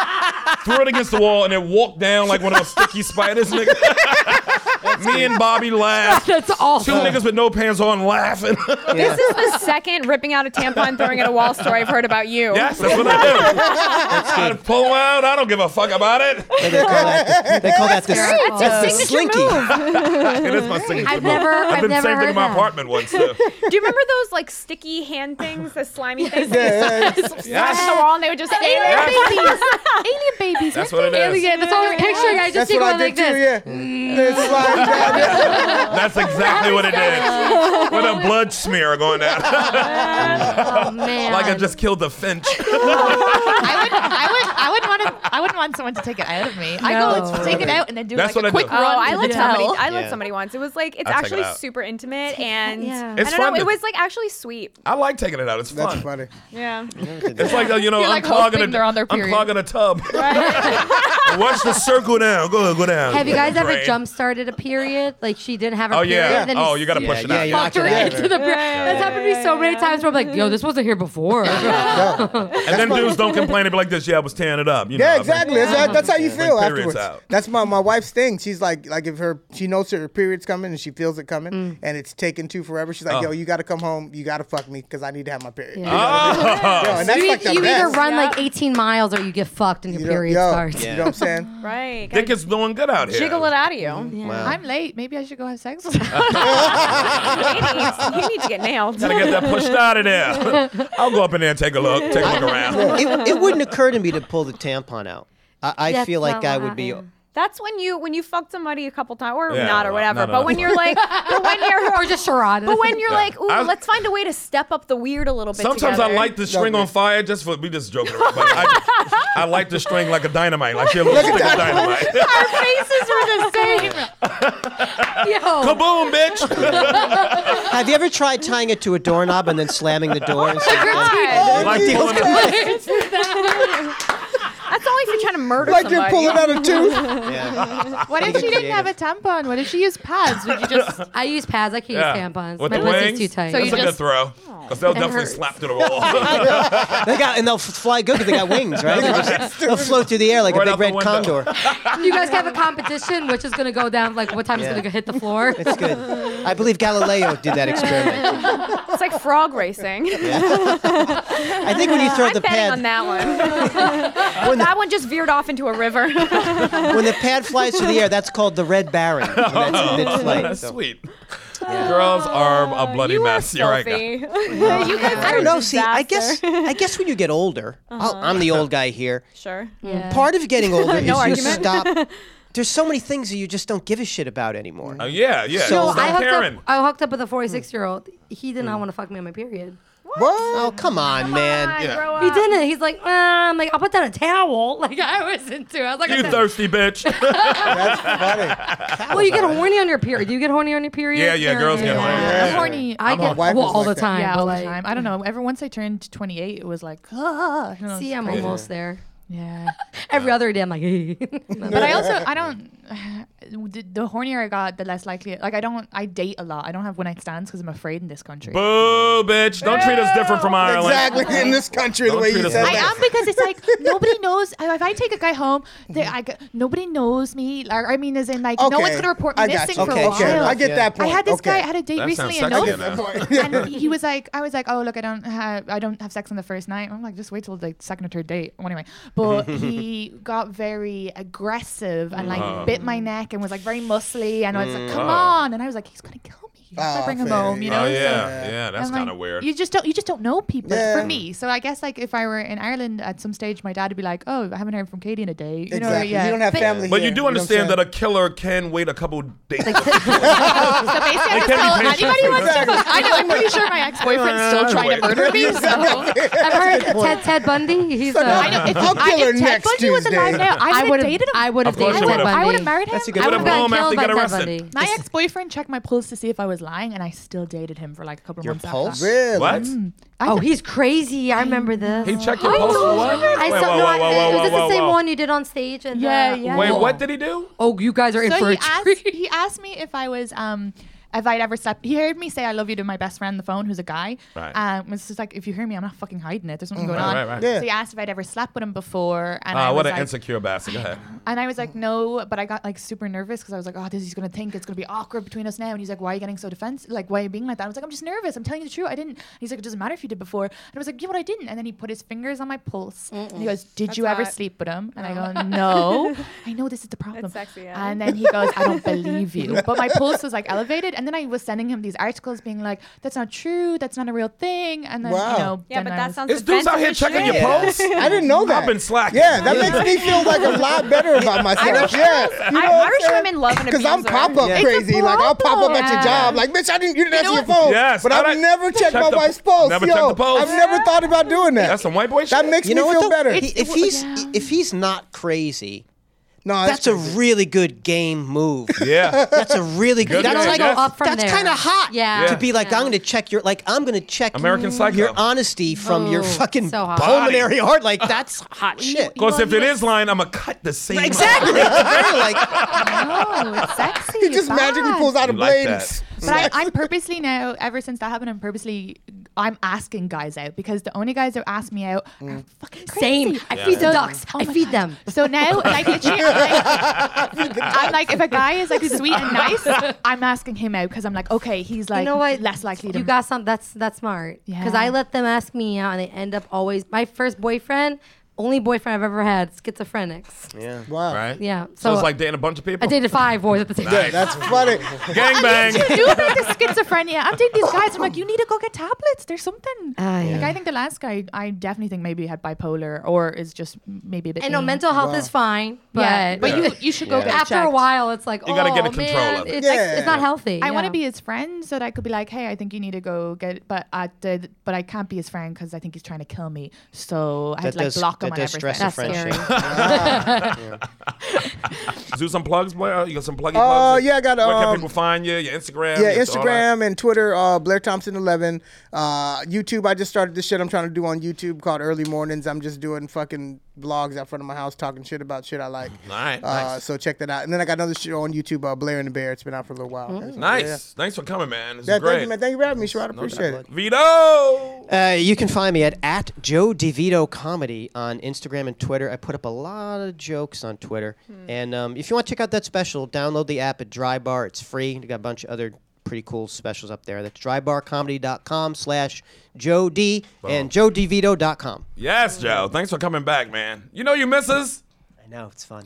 threw it against the wall, and it walked down like one of those sticky spiders. Nigga. Me and Bobby laughed. That's Two awful. niggas with no pants on laughing. This is the second ripping out a tampon, throwing at a wall story I've heard about you. Yes, that's what I do. I pull out. I don't give a fuck about it. They call that, they call that the, great. that's the That's a slinky. It is my signature I've move. never- I've I've been never same thing heard in my that. apartment once. Too. Do you remember those like sticky hand things, the slimy things? Yeah, yeah, Yes. the wall, and they would just alien Yes. alien babies. That's what it is. Yeah, that's all I'm picturing. I just That's see what I going like did too. this. Yeah. It's like that. That's exactly what it is. With a blood smear going down. Oh man. like I just killed the finch. I would, I would, I wouldn't want to. I wouldn't want someone to take it out of me. I go No. let's take it out and then do That's what like I a quick do. Oh, run. I to let the somebody. towel. I let Yeah. somebody once. It was like it's I'll check it actually out. super intimate, and yeah. It's I don't fun know. to- It was like actually sweet. I like taking it out. It's That's fun. funny. Yeah. It's like uh, you know, You're, I'm like, clogging a, hoping they're on their period. unclogging a tub. Watch the circle down. Go go down. Have you guys ever Drain. jump started a period? Like she didn't have a Oh period. yeah. and then Oh, he you gotta push Yeah, it yeah, out. you're fucked her not Yeah. into the period. That's happened to me so many times where I'm like, yo, this wasn't here before. And then dudes don't complain and be like this. Yeah, I was tearing it up. You know, Yeah, I've been- exactly. That's, that- that's how you feel periods afterwards. out. That's my, my wife's thing. She's like, like if her she knows her period's coming and she feels it coming Mm. and it's taking two forever. She's Uh. like, yo, you got to come home. You got to fuck me because I need to have my period. Yeah. You know what I mean? Yo, and that's you like the you either best. run like 18 miles or you get fucked and your You don't- period yo, starts. You know what I'm saying? Right. Dick gotta is doing good out here. Jiggle it out of you. Wow. I'm late. Maybe I should go have sex. With Ladies, you need to get nailed. Gotta get that pushed out of there. I'll go up in there and take a look, take a look around. it, it wouldn't occur to me to pull the tampon out. I, I Yeah, feel like well, I would be. yeah. That's when you when you fuck somebody a couple times or Yeah, not or well, whatever. no, no, but no. when you're like, but when you're or just charade. but when you're like, ooh, I was- let's find a way to step up the weird a little bit. Sometimes I together. like the string on fire just for we just joking around. But I, I like the string like a dynamite, like you're a little stick of dynamite. our faces were the same. Yo, Kaboom, bitch! Have you ever tried tying it to a doorknob and then slamming the door? And saying, God. like the one- That's only if you're trying to murder Like somebody. you're pulling out a tooth. yeah. what if she didn't have a tampon? What if she used pads? Would you just I use pads. I can't Yeah. use tampons. With My the pussy's wings? too tight. So That's you a good just- throw. Because they'll definitely hurts. slap to the wall. They got and they'll f- fly good because they got wings, right? They'll, just- they'll float through the air like Right a out big the red window. condor. you guys have a competition, which is gonna go down like what time it's Yeah. gonna go hit the floor. It's good. I believe Galileo did that experiment. It's like frog racing. I think when you throw I'm the betting pad, on that one. that one just veered off into a river. when the pad flies through the air, that's called the Red Baron. And That's mid-flight. Oh, That's so. sweet. Girls are a bloody you mess. Are You're right. guys. filthy. you guys I are a don't know. See, I guess disaster. Uh-huh. I guess when you get older, I'll, I'm the old guy here. Sure. Part of getting older is you argument. stop. There's so many things that you just don't give a shit about anymore. Oh, yeah, yeah. So- Stop I hooked caring. up. I hooked up with a 46 year old. He did Hmm. not want to fuck me on my period. Oh, come on, man. I Yeah. grow Ah. He up. didn't. He's like, uh, I'm like, I'll put down a towel. Like I was into. it. I was like, You okay. thirsty bitch. well, you get horny on your period. Do you get horny on your period? Yeah, yeah, girls get horny. I'm horny. I get wife well, is all like the that. time. yeah, Oh, but all the like- time. I don't know. Ever once I turned 28, it was like, ah. you know, See, it's I'm crazy. almost there. Yeah. Every other day, I'm like, hey. but I also I don't. The, the hornier I got, the less likely. Like I don't. I date a lot. I don't have one night stands because I'm afraid in this country. Boo, bitch. Don't treat us different from Ireland. Exactly in this country, the Don't way treat you us said like I that. am because it's like nobody knows. If I take a guy home, they, I, g- nobody knows me. Like, I mean, as in like no one's gonna report me I got missing you. for okay, a okay. while. I get that I point. had this okay. guy. I had a date That sounds recently sexy in Nova get that point. and he was like, I was like, oh look, I don't have, I don't have sex on the first night. I'm like, just wait till the second or third date. Well, anyway, but he got very aggressive and like Uh-huh. bit my neck and was like very muscly and I was like, come on, and I was like, he's gonna kill me. if I Oh, bring him fair. home, you know. Mm. Oh, So- yeah. Yeah, that's and, like, kind of weird. You just don't you just don't know people Yeah. for me. So I guess like if I were in Ireland at some stage, my dad would be like, "Oh, I haven't heard from Katie in a day." You know, Exactly. yeah. You don't have family But you here, do know what I'm understand saying? that a killer can wait a couple days. so basically, I just can't be tell patient anybody for who wants to Exactly. fuck. I know. I'm pretty sure my ex-boyfriend's still trying to murder me. So. I've heard Ted, Ted Bundy. He's. Uh, I know, if, I'll I, kill her if Ted next Bundy was alive Tuesday. now, I would have would've- dated him. I would have Of course dated you Ted would've. Bundy. I would have married him. That's a good I one. would have Would've blown gotten him after killed by he got Ted arrested. Bundy. My ex-boyfriend checked my pulse to see if I was lying, and I still dated him for like a couple of Your months pulse? after. that. Really? What? Mm-hmm. I Oh, d- he's crazy. I remember this. He checked your pulse for what? I Wait, saw. whoa, whoa, no, I, whoa, was this whoa, the same whoa. one you did on stage? And Yeah, uh, yeah. Wait, Oh. what did he do? Ah, Oh, you guys are in so for he a treat. asked, he asked me if I was um if I'd ever slept. He heard me say I love you to my best friend on the phone, who's a guy. Right. Mm. Um, it's just like if you hear me, I'm not fucking hiding it. There's something going on. right, right. Yeah. So he asked if I'd ever slept with him before, and I Ah, was what an like, insecure bastard. Go ahead. and I was like, no, but I got like super nervous because I was like, oh, this is gonna think it's gonna be awkward between us now. And he's like, why are you getting so defensive? Like, why are you being like that? I was like, I'm just nervous. I'm telling you the truth. I didn't. And he's like, it doesn't matter if you did before. And I was like, yeah, but I didn't. And then he put his fingers on my pulse and he goes, did you ever hot. sleep with him? And I go, no. I know this is the problem. That's sexy, yeah. And then he goes, I don't believe you. But my pulse was like elevated. And then I was sending him these articles being like, that's not true. That's not a real thing. And then Wow. you know, Yeah, then but I that was- sounds. It's dudes out here defensive as checking your shit. pulse? I didn't know that. I've been slacking. Yeah, that makes me feel like a lot better about myself. yeah, you know I- what I'm Irish saying? women love an Cause I'm abuser. pop up Yeah. It's a crazy. Like I'll pop up at your problem. job. Like, bitch, I didn't. You didn't answer your phone. Yes, but I I've don't- never checked check my the- wife's pulse. never Yo, checked the pulse. I've never thought about doing that. That's some white boy shit. that makes You know me what? feel though? better. He- If he's if he's not crazy, no, that's a really good game move. Yeah. That's a really Good good. You That's don't game. like go Yes. up from that's there. kind of hot. Yeah. To be like, Yeah. I'm gonna check your like, I'm gonna check American Psycho. your honesty from your Ooh, fucking so hot. pulmonary heart. Like that's hot shit. Because if it is lying, I'm going to cut the scene. Exactly. Very like no, it's sexy. He just it's magically bad. pulls out a You like blade. and that. s- But I, I'm purposely now, ever since that happened, I'm purposely, I'm asking guys out because the only guys that ask me out are fucking crazy. Same. I feed the ducks. I feed them. So now, like, literally, I'm like, I'm like, if a guy is like sweet and nice, I'm asking him out because I'm like, okay, he's like you know what? less likely to. You got some. That's that's smart. Because Yeah. I let them ask me out, and they end up always. My first boyfriend Only boyfriend I've ever had, schizophrenics. Yeah. Wow. Right? Yeah. So, So, it's like dating a bunch of people. I dated five boys at the same time. That's funny. Gang bang. You do think this schizophrenia. I'm taking these guys. I'm like, you need to go get tablets. There's something. Ah, yeah. Like, I think the last guy, I definitely think maybe had bipolar or is just maybe a bit. I know mean. mental health is fine, but yeah, but you you should go Yeah. get after a checked. while, it's like You gotta oh get in control man, of it. It's, like- Yeah. it's not healthy. I want to be yeah. his friend so that I could be like, hey, I think you need to go get, but I did, but I can't be his friend because I think he's trying to kill me. So I had That to like does- block him that on does everything. stress a That's friendship. scary. Do some plugs, Blair. You got some pluggy Oh, plugs? yeah, I got, Where can um, people find you? Your Instagram. Yeah, your- all that. Instagram and Twitter, uh, Blair Thompson eleven. Uh, YouTube, I just started this shit I'm trying to do on YouTube called Early Mornings. I'm just doing fucking vlogs out front of my house talking shit about shit I like. All right, Uh, nice. so check that out. And then I got another show on YouTube, uh, Blair and the Bear. It's been out for a little while. Mm-hmm. Nice. Thanks for coming, man. This Yeah, is great. thank you, man. Thank you for having me, Sherrod. Appreciate it. Vito. Uh, you can find me at, at Joe DeVito Comedy on Instagram and Twitter. I put up a lot of jokes on Twitter. Hmm. And um, if you want to check out that special, download the app at Dry Bar. It's free. We got a bunch of other pretty cool specials up there. That's drybarcomedy.com slash Joe D and joedevito.com. Yes, Joe. Thanks for coming back, man. You know you miss us. I know, it's fun.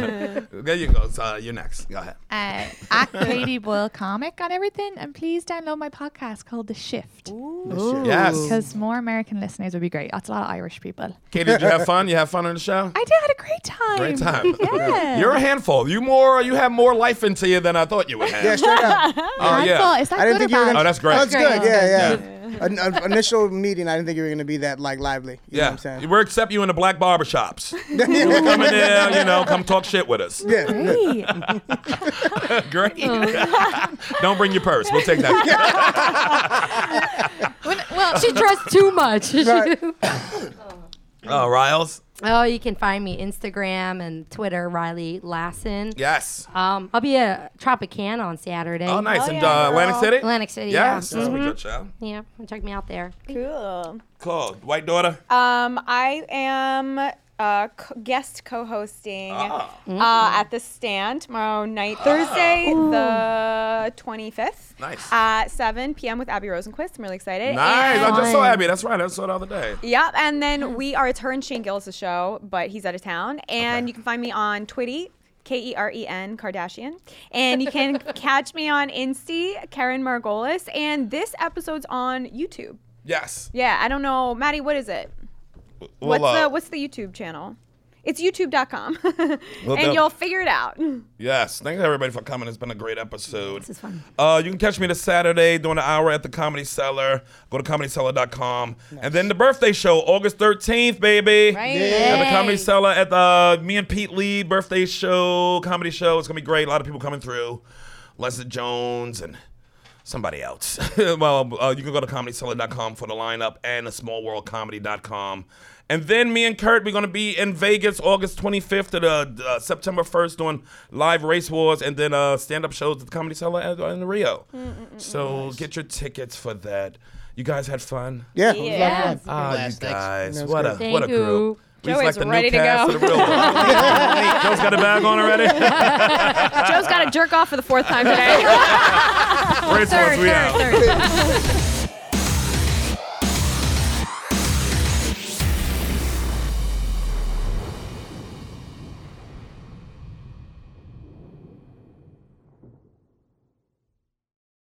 there you go. So, uh, you're next. Go ahead. Uh, at Katie Boyle Comic on everything, and please download my podcast called The Shift Yes. because more American listeners would be great. That's a lot of Irish people. Katie, did you have fun? You have fun on the show? I did had a great time. Great time. Yeah. You're a handful. You more. You have more life into you than I thought you would have. Yeah, straight up. oh yeah. Handful. Is that I good or didn't think you were bad? gonna. Oh, that's great. that's That's good. great. Yeah, yeah. An, an initial meeting, I didn't think you were gonna be that like lively. You yeah, know what I'm saying. we accept you in the black barbershops. you come in there, you know, come talk shit with us. Yeah. Great. Great. Don't bring your purse. We'll take that. When- well, She dressed too much. Right. Oh, Riles. oh, you can find me Instagram and Twitter, Riley Lassen. Yes. Um, I'll be at Tropicana on Saturday. Oh, nice. in yeah, uh, Atlantic City. Atlantic City. Yes. Yeah. Mm-hmm. That's a good show. Yeah, check me out there. Cool. Cool. White daughter. Um, I am uh, co- guest co-hosting Ah. uh, at the stand tomorrow night, Thursday, the 25th. Nice. At 7 p.m. with Abby Rosenquist. I'm really excited. nice. And- I just saw Abby. That's right. I saw it the other day. Yep, and then we are it's her and Shane Gillis' show, but he's out of town. And you can find me on Twitty, K E R E N Kardashian, and you can catch me on Insty, Karen Margolis, and this episode's on YouTube. Yes. Yeah, I don't know, Maddie, what is it? Well, what's uh, the what's the YouTube channel? It's YouTube.com, done. and you'll figure it out. Yes. Thanks everybody for coming. It's been a great episode. This is fun. Uh, you can catch me this Saturday during the hour at the Comedy Cellar. Go to comedycellar.com. And then the birthday show, August 13th, baby. Right. At the Comedy Yay. Cellar at the uh, me and Pete Lee birthday show, comedy show. It's going to be great. A lot of people coming through. Leslie Jones and somebody else. well, uh, you can go to comedycellar.com for the lineup and smallworldcomedy.com. And then me and Kurt, we're going to be in Vegas August 25th to the, uh, September 1st doing live race wars and then uh, stand up shows at the Comedy Cellar and- in Rio. So get your tickets for that. You guys had fun? Yeah. Yeah. Ah, you Blast, thanks. guys. That was What a, good. what a Thank you. group. We Joe just is the new ready to cast go. of the real world. Hey, Joe's got a bag on already? Joe's got to jerk off for the fourth time today. race wars, we out. third.